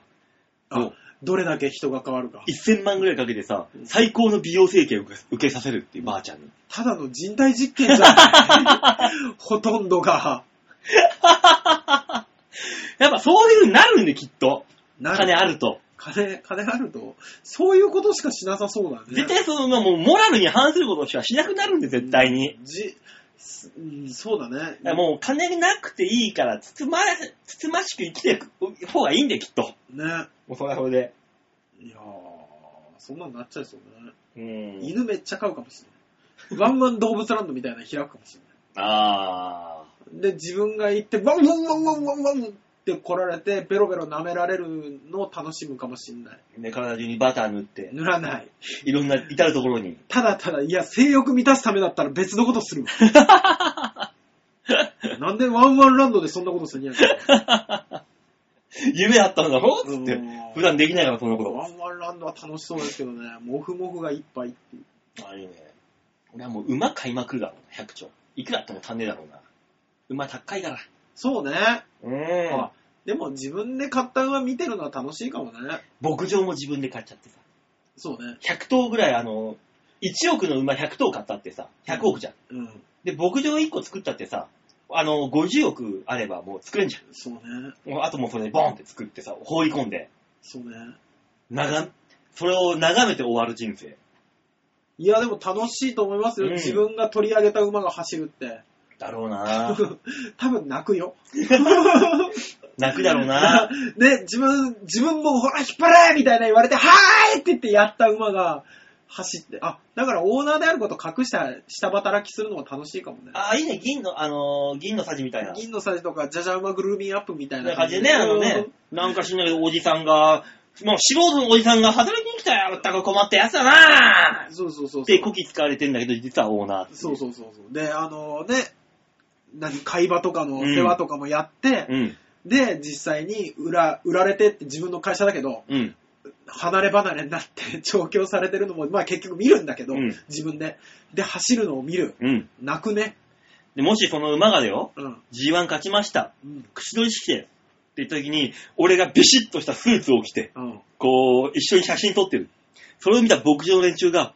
あもうどれだけ人が変わるか。 1000万ぐらいかけてさう、ん最高の美容整形を受け受けさせるっていうばあちゃんに。ただの人体実験じゃ ない。ほとんどが。やっぱそういう風になるんできっと。な金あると。金、金あると、そういうことしかしなさそうだね。絶対その、もうモラルに反することしかしなくなるんで、絶対に。じ、すうんそうだね。もう金なくていいから、つつま、つつましく生きていく方がいいんで、きっと。ね。いやもうそれはそれで。ーそんなのなっちゃいそうね。うん。犬めっちゃ飼うかもしれない。ワンワン動物ランドみたいなの開くかもしれない。あで、自分が行って、ワンワンワンワンワンワンって来られて、ベロベロ舐められるのを楽しむかもしれない。ー。で、体中にバター塗って、塗らない。いろんな、至るところに。ただただ、いや、性欲満たすためだったら別のことするわ。 なんでワンワンランドでそんなことするんやんか。夢あったのだろつ ってうん。普段できないから、そんなこと。ワンワンランドは楽しそうですけどね、モフモフがいっぱいっていう。あれね。俺はもう馬買いまくるだろうな、100兆。いくらあっても足んねえだろうな。馬高いから。そうね。うーんあ。でも自分で買った馬見てるのは楽しいかもね。牧場も自分で買っちゃってさ。そうね。 100頭ぐらい、あの、1億の馬100頭買ったってさ、100億じゃん。うん。で、牧場1個作ったってさ、あの、50億あればもう作れんじそうね。ゃん。もうあともうそれでボンって作ってさ、放り込んで、そうね。長、それを眺めて終わる人生。いや、でも楽しいと思いますよ。うん自分が取り上げた馬が走るって。だろうな 多分泣 くよ。泣くだろうな ね、自分、自分もほら、引っ張れみたいな言われて、はーいって言ってやった馬が走って。あ、だからオーナーであること隠した、下働きするのは楽しいかもね。ああ、いいね、銀の、あのー銀のさじみたいな。銀のサジとか、じゃじゃ馬グルーミングアップみたいななんかでね、あのね、なんかしんないけど、おじさんが、もう素人のおじさんが働きに来たやろったか困ったやつだなそうそうそうそう。で、こき使われてんだけど、実はオーナー。そうそうそうそう。で、あのね、何、会話とかの世話とかもやって、うん、で、実際に売ら、売られてって自分の会社だけど、うん。離れ離れになって 調教されてるのも、まあ結局見るんだけど、うん自分で。で、走るのを見る。うん。泣くね。で、もしその馬がだよ、うん。 G1 勝ちました。うん。口取り式で。って言った時に、俺がビシッとしたスーツを着て、うん。こう、一緒に写真撮ってる。それを見た牧場の連中が、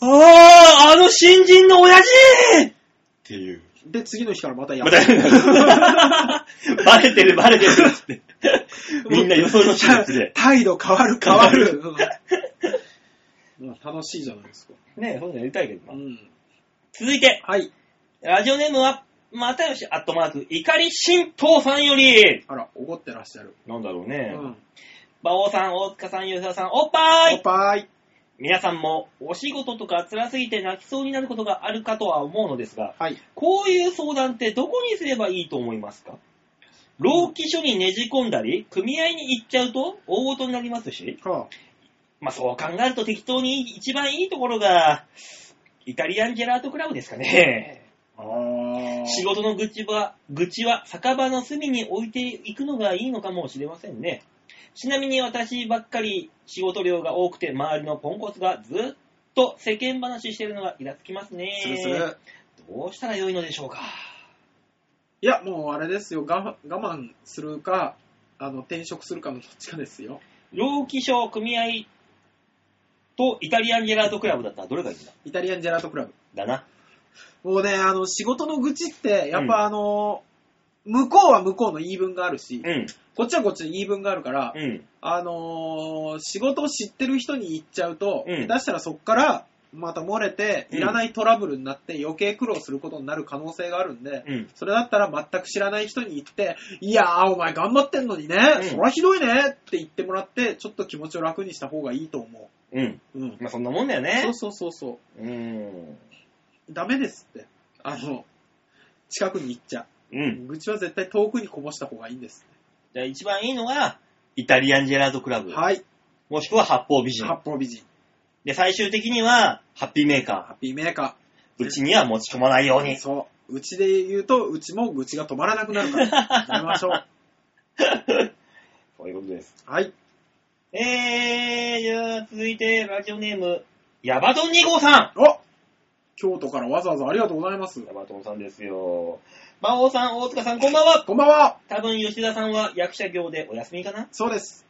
ああ、あの新人の親父っていう。で、次の日からまたやまた バレてる、バレ てるっつって。みんな予想の手術で。態度変わる変わ る。うんうん楽しいじゃないですか。ねそういうのやりたいけどう。ん。続いて、はい。ラジオネームは、またよし、アットマーク、怒り神道さんより、あら、怒ってらっしゃる。なんだろううね。ん。馬王さん、大塚さん、吉田さん、おっぱーいおっぱい。皆さんもお仕事とか辛すぎて泣きそうになることがあるかとは思うのですが、はい。こういう相談ってどこにすればいいと思いますか労基署にねじ込んだり、組合に行っちゃうと大事になりますし、はあまあそう考えると適当に一番いいところが、イタリアンジェラートクラブですかね。あ仕ー事の愚痴は、愚痴は酒場の隅に置いていくのがいいのかもしれませんね。ちなみに私ばっかり仕事量が多くて周りのポンコツがずっと世間話してるのがイラつきますね。するする。どうしたらよいのでしょうか。いや、もうあれですよ。我慢我慢するか、あの、転職するかのどっちかですよ。老気症組合とイタリアンジェラートクラブだったらどれがいいんだイタリアンジェラートクラブ。だな。もうね、あの、仕事の愚痴って、やっうんぱあの、向こうは向こうの言い分があるし、うん。こっちはこっちの言い分があるから、うん。あのー仕事を知ってる人に言っちゃうと、うん下手したらそっから、また漏れて、うんいらないトラブルになって余計苦労することになる可能性があるんで、うん。それだったら全く知らない人に言って、いやー、お前頑張ってんのにね、うんそらひどいねって言ってもらって、ちょっと気持ちを楽にした方がいいと思うん。う。うん。まあ、そんなもんだよそねう。そうそうそう。うん。ダメですって。あの、近くに行っちゃ。うん。愚痴は絶対遠くにこぼした方がいいんです。じゃあ一番いいのが、イタリアンジェラートクラブ。はい。もしくは八方美人。八方美人。で、最終的には、ハッピーメーハカッピーメーカー。ー。うちには持ち込まないように。そう。うちで言うと、うちも愚痴が止まらなくなるから。 やめましょう。そういうことです。はい。えー、じゃあ続いて、ラジオネーム、ヤバトン2号さお京都からわざわざありがとうございますん。。ヤバトンさんですよ。魔王さん、大塚さん、こんばんは。こんばんは。多分吉田さんは役者業でお休みかな。そうです。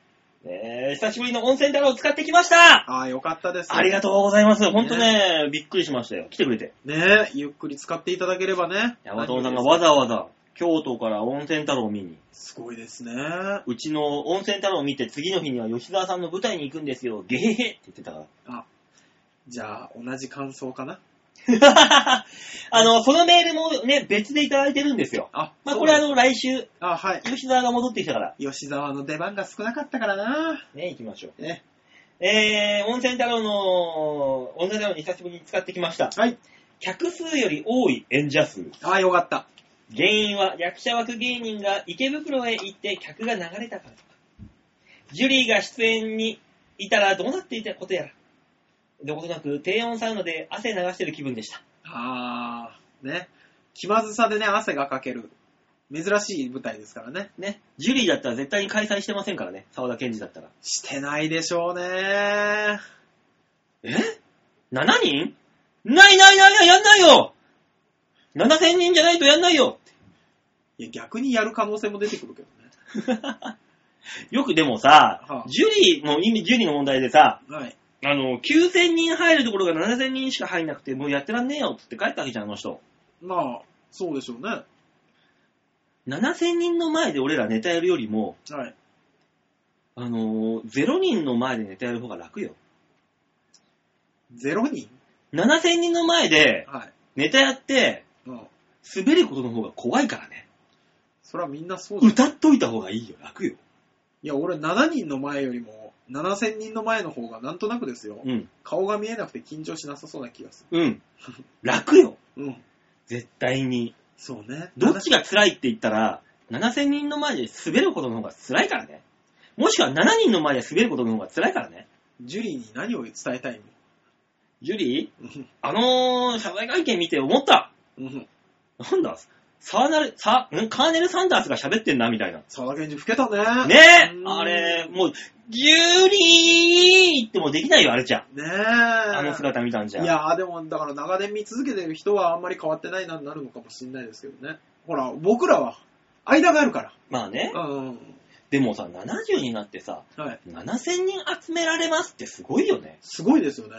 えー、久しぶりの温泉太郎を使ってきましたああ、よかったです。ありがとうございます。ほんとね、びっくりしましたよ。来てくれて。う。ねえ、ゆっくり使っていただければね。ヤバトンさんがわざわざ、京都から温泉太郎を見に。すごいですね。うちの温泉太郎を見て次の日には吉沢さんの舞台に行くんですよ。ゲヘヘって言ってたかじゃあ、同じ感想かな。ら。 あの、そのメールもね、別でいただいてるんですよ。あ、まあ、そうこれあの、来週、あ、はい。吉沢が戻ってきたから、吉沢の出番が少なかったからな。ね、行きましょう。ね。えー、温泉太郎の、温泉太郎に久しぶりに使ってきました。はい。客数より多い演者数。ああ、よかった。原因は役者枠芸人が池袋へ行って客が流れたからとか。ジュリーが出演にいたらどうなっていたことやら。どことなく低温サウナで汗流してる気分でした。ああ、ね。気まずさでね、汗がかける。珍しい舞台ですからね。ね。ジュリーだったら絶対に開催してませんからね。沢田健二だったら。してないでしょうね。え ?7 人ないないないないやんないよ !7000 人じゃないとやんないよ いや、逆にやる可能性も出てくるけどね。よくでもさ、はあジュリーの意味、ジュリーの問題でさ、はい。あの、9000人入るところが7000人しか入んなくて、もうやってらんねえよっつって帰ったわけじゃん、あの人。まあ、そうでしょうね。は7000人の前で俺らネタやるよりも、い。あのー、0人の前でネタやる方が楽よ。ゼロ人7000人の前ではい。ネタやって、うん。滑ることの方が怖いからね。それはみんなそうだ。歌っといた方がいいよ、楽よ。いや、俺7人の前よりも、7000人の前の方がなんとなくですよ。うん、顔が見えなくて緊張しなさそうな気がす うん。楽よ、る。うん。絶対に。そうね。どっちが辛いって言ったら、7000人の前で滑ることの方が辛いからね。もしくは7人の前で滑ることの方が辛いからね。ジュリーに何を伝えたいジュリー、のあのー、謝罪会見見て思った。うん。うん。なんだ、サーナル、サー、んカーネル・サンダースが喋ってんな、みたいな。沢田研二老けたね。ねえうんあれ、もう、ジュリーってもうできないよ、あれじゃん。ねえ。ああの姿見たんじゃん。いやーでも、だから長年見続けてる人はあんまり変わってないな、なるのかもしれないですけどね。ほら、僕らは、間があるかまあね。ら。うん。でもさ、70になってさ、はい。 7000人集められますってすごいよね。すごいですよね。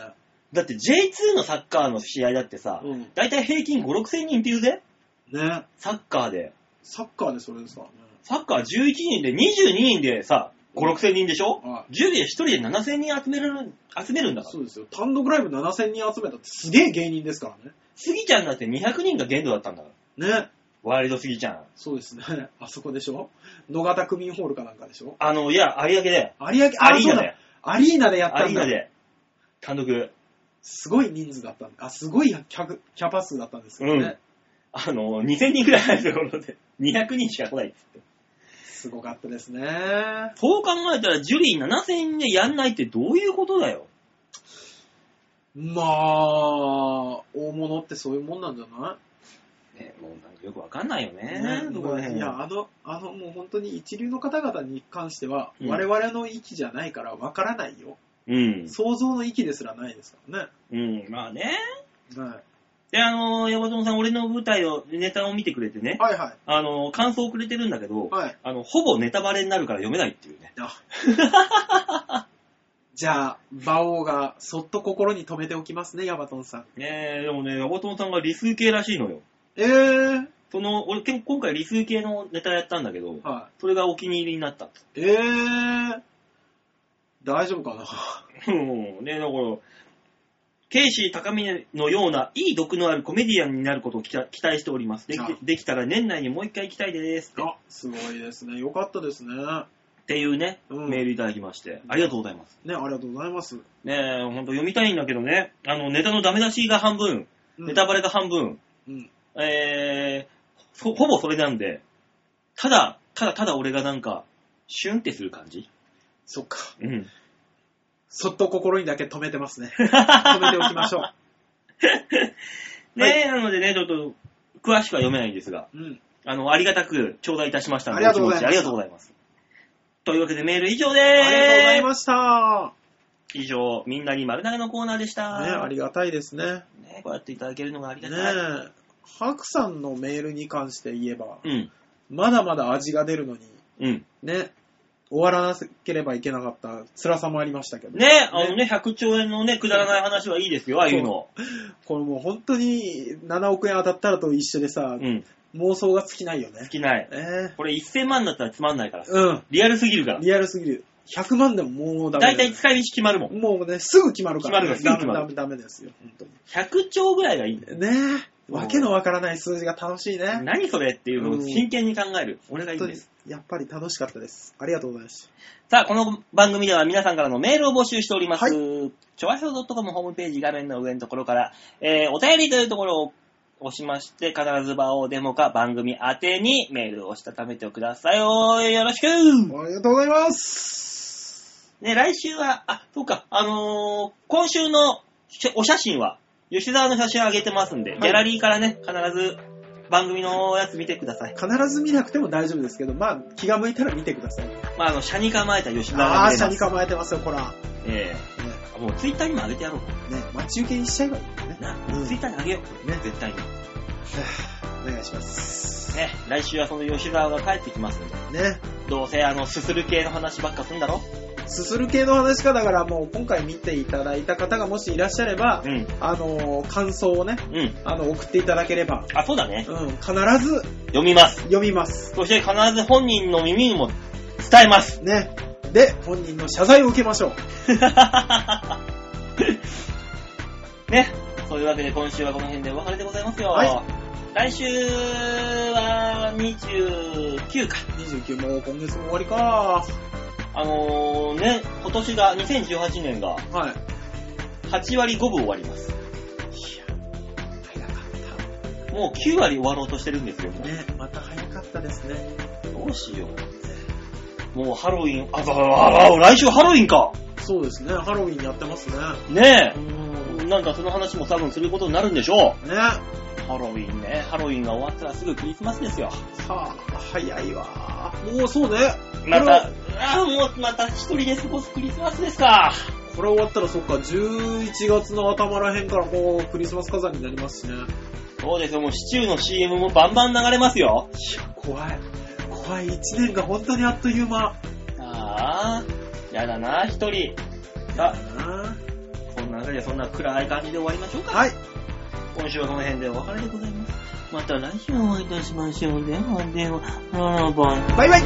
だって J2 のサッカーの試合だってさ、うん。だいたい平均5、6000人って言うぜ。ね。サッカーで。サッカーでそれですからね。サッカー11人で22人でさ、5、6000人でしょはジュリー1人で7000人集める、集めるんだからそ。うですよ。単独ライブ7000人集めたってすげえ芸人ですからね。スギちゃんだって200人が限度だったんだから。ね。ワイルドスギちゃん。そうですね。あそこでしょ野方区民ホールかなんかでしょあの、いや、有明で。有明、あアリーナそうでだ。アリーナでやっアたリんーだナ。で、単独、すごい人数だったんだ。あ、すごい客、キャパ数だったんですけどね。うんあの、2000人くらい入るところで、200人 しか来ないっつって。すごかったですね。そう考えたら、ジュリー7000でやんないってどういうことだよ。まあ、大物ってそういうもんなんじゃなね、もうなんかよくわかんないよい、ね。ねどこら辺いや、あの、あの、もう本当に一流の方々に関しては、うん我々の域じゃないからわからないよ。うん。想像の域ですらないですからうん。まあね。ね。はで、あのー、ヤバトンさん、俺の舞台を、ネタを見てくれてねい、、はいはあのー、感想をくれてるんだけどい。、はい。あの、ほぼネタバレになるから読めないっていうね。あじゃあ、馬王がそっと心に留めておきますね、ヤバトンさん。ねえ、でもね、ヤバトンさんが理数系らしいのよ。えー、その、俺、結構今回理数系のネタやったんだけど、はそれがお気に入りになったっ つって。い。えー、大丈夫か なうん。ねだから、ケイシー高峰のようないい毒のあるコメディアンになることを期待期待しております。できあできたら年内にもう一回行きたいですって。あ、すごいですね。よかったですね。っていうね、うんメールいただきまして、ありがとうございます。ね、ありがとうございます。ねえ、ほんと読みたいんだけどね、あの、ネタのダメ出しが半分、うんネタバレが半分、うん。えー、ほほぼそれなんで、ただ、ただただ俺がなんか、シュンってする感じそっか。うん。 そっと心にだけ止めてます ね。止めておきましょねえ、なのでね、ちょっと、詳しくは読めないんですが、う。うん。あの、ありがたく頂戴いたしましたので、ありがとうございますお気持ちありがとうございます。というわけでメール以上であーす。りがとうございました。以上、みんなに丸投げのコーナーでした。ね、ありがたいですね。ねこうやっていただけるのがありねがたい。ハクさんのメールに関して言えば、うん、まだまだ味が出るのに、うん。ね、終わらなければいけなかった辛さもありましたけど、ね、あのね、100兆円のね、くだらない話はいいですよ、ああいうの。これもう本当に7億円当たったらと一緒でさう、ん、妄想が尽きないよ好ね。きない。えこれ1000万だったらつまんないからえ。うん。リアルすぎるから。リアルすぎる。100万でももうだダメだいよ。たい使い道決まるもん。もうね、すぐ決まるから、決まるからダメダメダメですよ、本当に。 100兆ぐらいがいい。ねえ、わけのわからない数字が楽しいね。何それっていうのを真剣に考える。俺がい本いんで当にす。やっぱり楽しかったです。ありがとうございました。さあ、この番組では皆さんからのメールを募集しております。はいちょわひょう .com ホームページ画面の上のところから、えー、お便りというところを押しまして、必ず場をデモか番組宛てにメールをしたためてください。おーよろしくありがとうございます。ね、来週は、あ、そうか、あのー今週のしお写真は、吉沢の写真を上げてますんで、いギャラリーからね、必ず番組のやつ見てください。必ず見なくても大丈夫ですけど、まあ、気が向いたら見てください。まあ、あの、車に構えた吉沢あが見あ、れ下まにす。構えてますよ、こら。ねええもうツイッターにも上げてやろうかね、待ち受けにしちゃえばいいよね。な。うんツイッターに上げよう。ね絶対に。お願いします。ね、来週はその吉沢が帰ってきますんで、ね、どうせあの、すする系の話ばっかすんだろすする系の話か、だからもう今回見ていただいた方がもしいらっしゃればう、ん、あのー感想をね、うん。あの、送っていただければ、あ、そうだね。うん、必ず読みます。読みます。そして必ず本人の耳にも伝えます。ね。で、本人の謝罪を受けましょう。 ね。そういうわけで今週はこの辺でお別れでございますよ。は来週は29か。 29も今月も終わりか。あのー、ね、今年が、2018年がはい。 8割5分終わります。早かっもう9割終わろうとしてるんですよ、もね、また早かったですね。う。どうしよう。もうハロウィン、あ、ああああ来週ハロウィンか。そうですね、ハロウィンやってますね。ねうえ。ん。なんかその話も多分することになるんでしょね、さう。ハロウィンね。ハロウィンが終わったらすぐクリスマスですよ。あ、早いわ。もうそうね。また、ああ、もうまた一人で過ごすクリスマスですか。これ終わったらそっか、11月の頭らへんからこう、クリスマス飾りになりますしね。そうですよ、もうシチューの CM もバンバン流れますよ。いや、怖い。怖い、1年が本当にあっという間。ああ、やだな、一人。さあ、なそんなわけでそんな暗い感じで終わりましょうか。はい。今週はこの辺でお別れでございます。また来週お会いいたしましょう。ではでは、ララバイ。バイバイ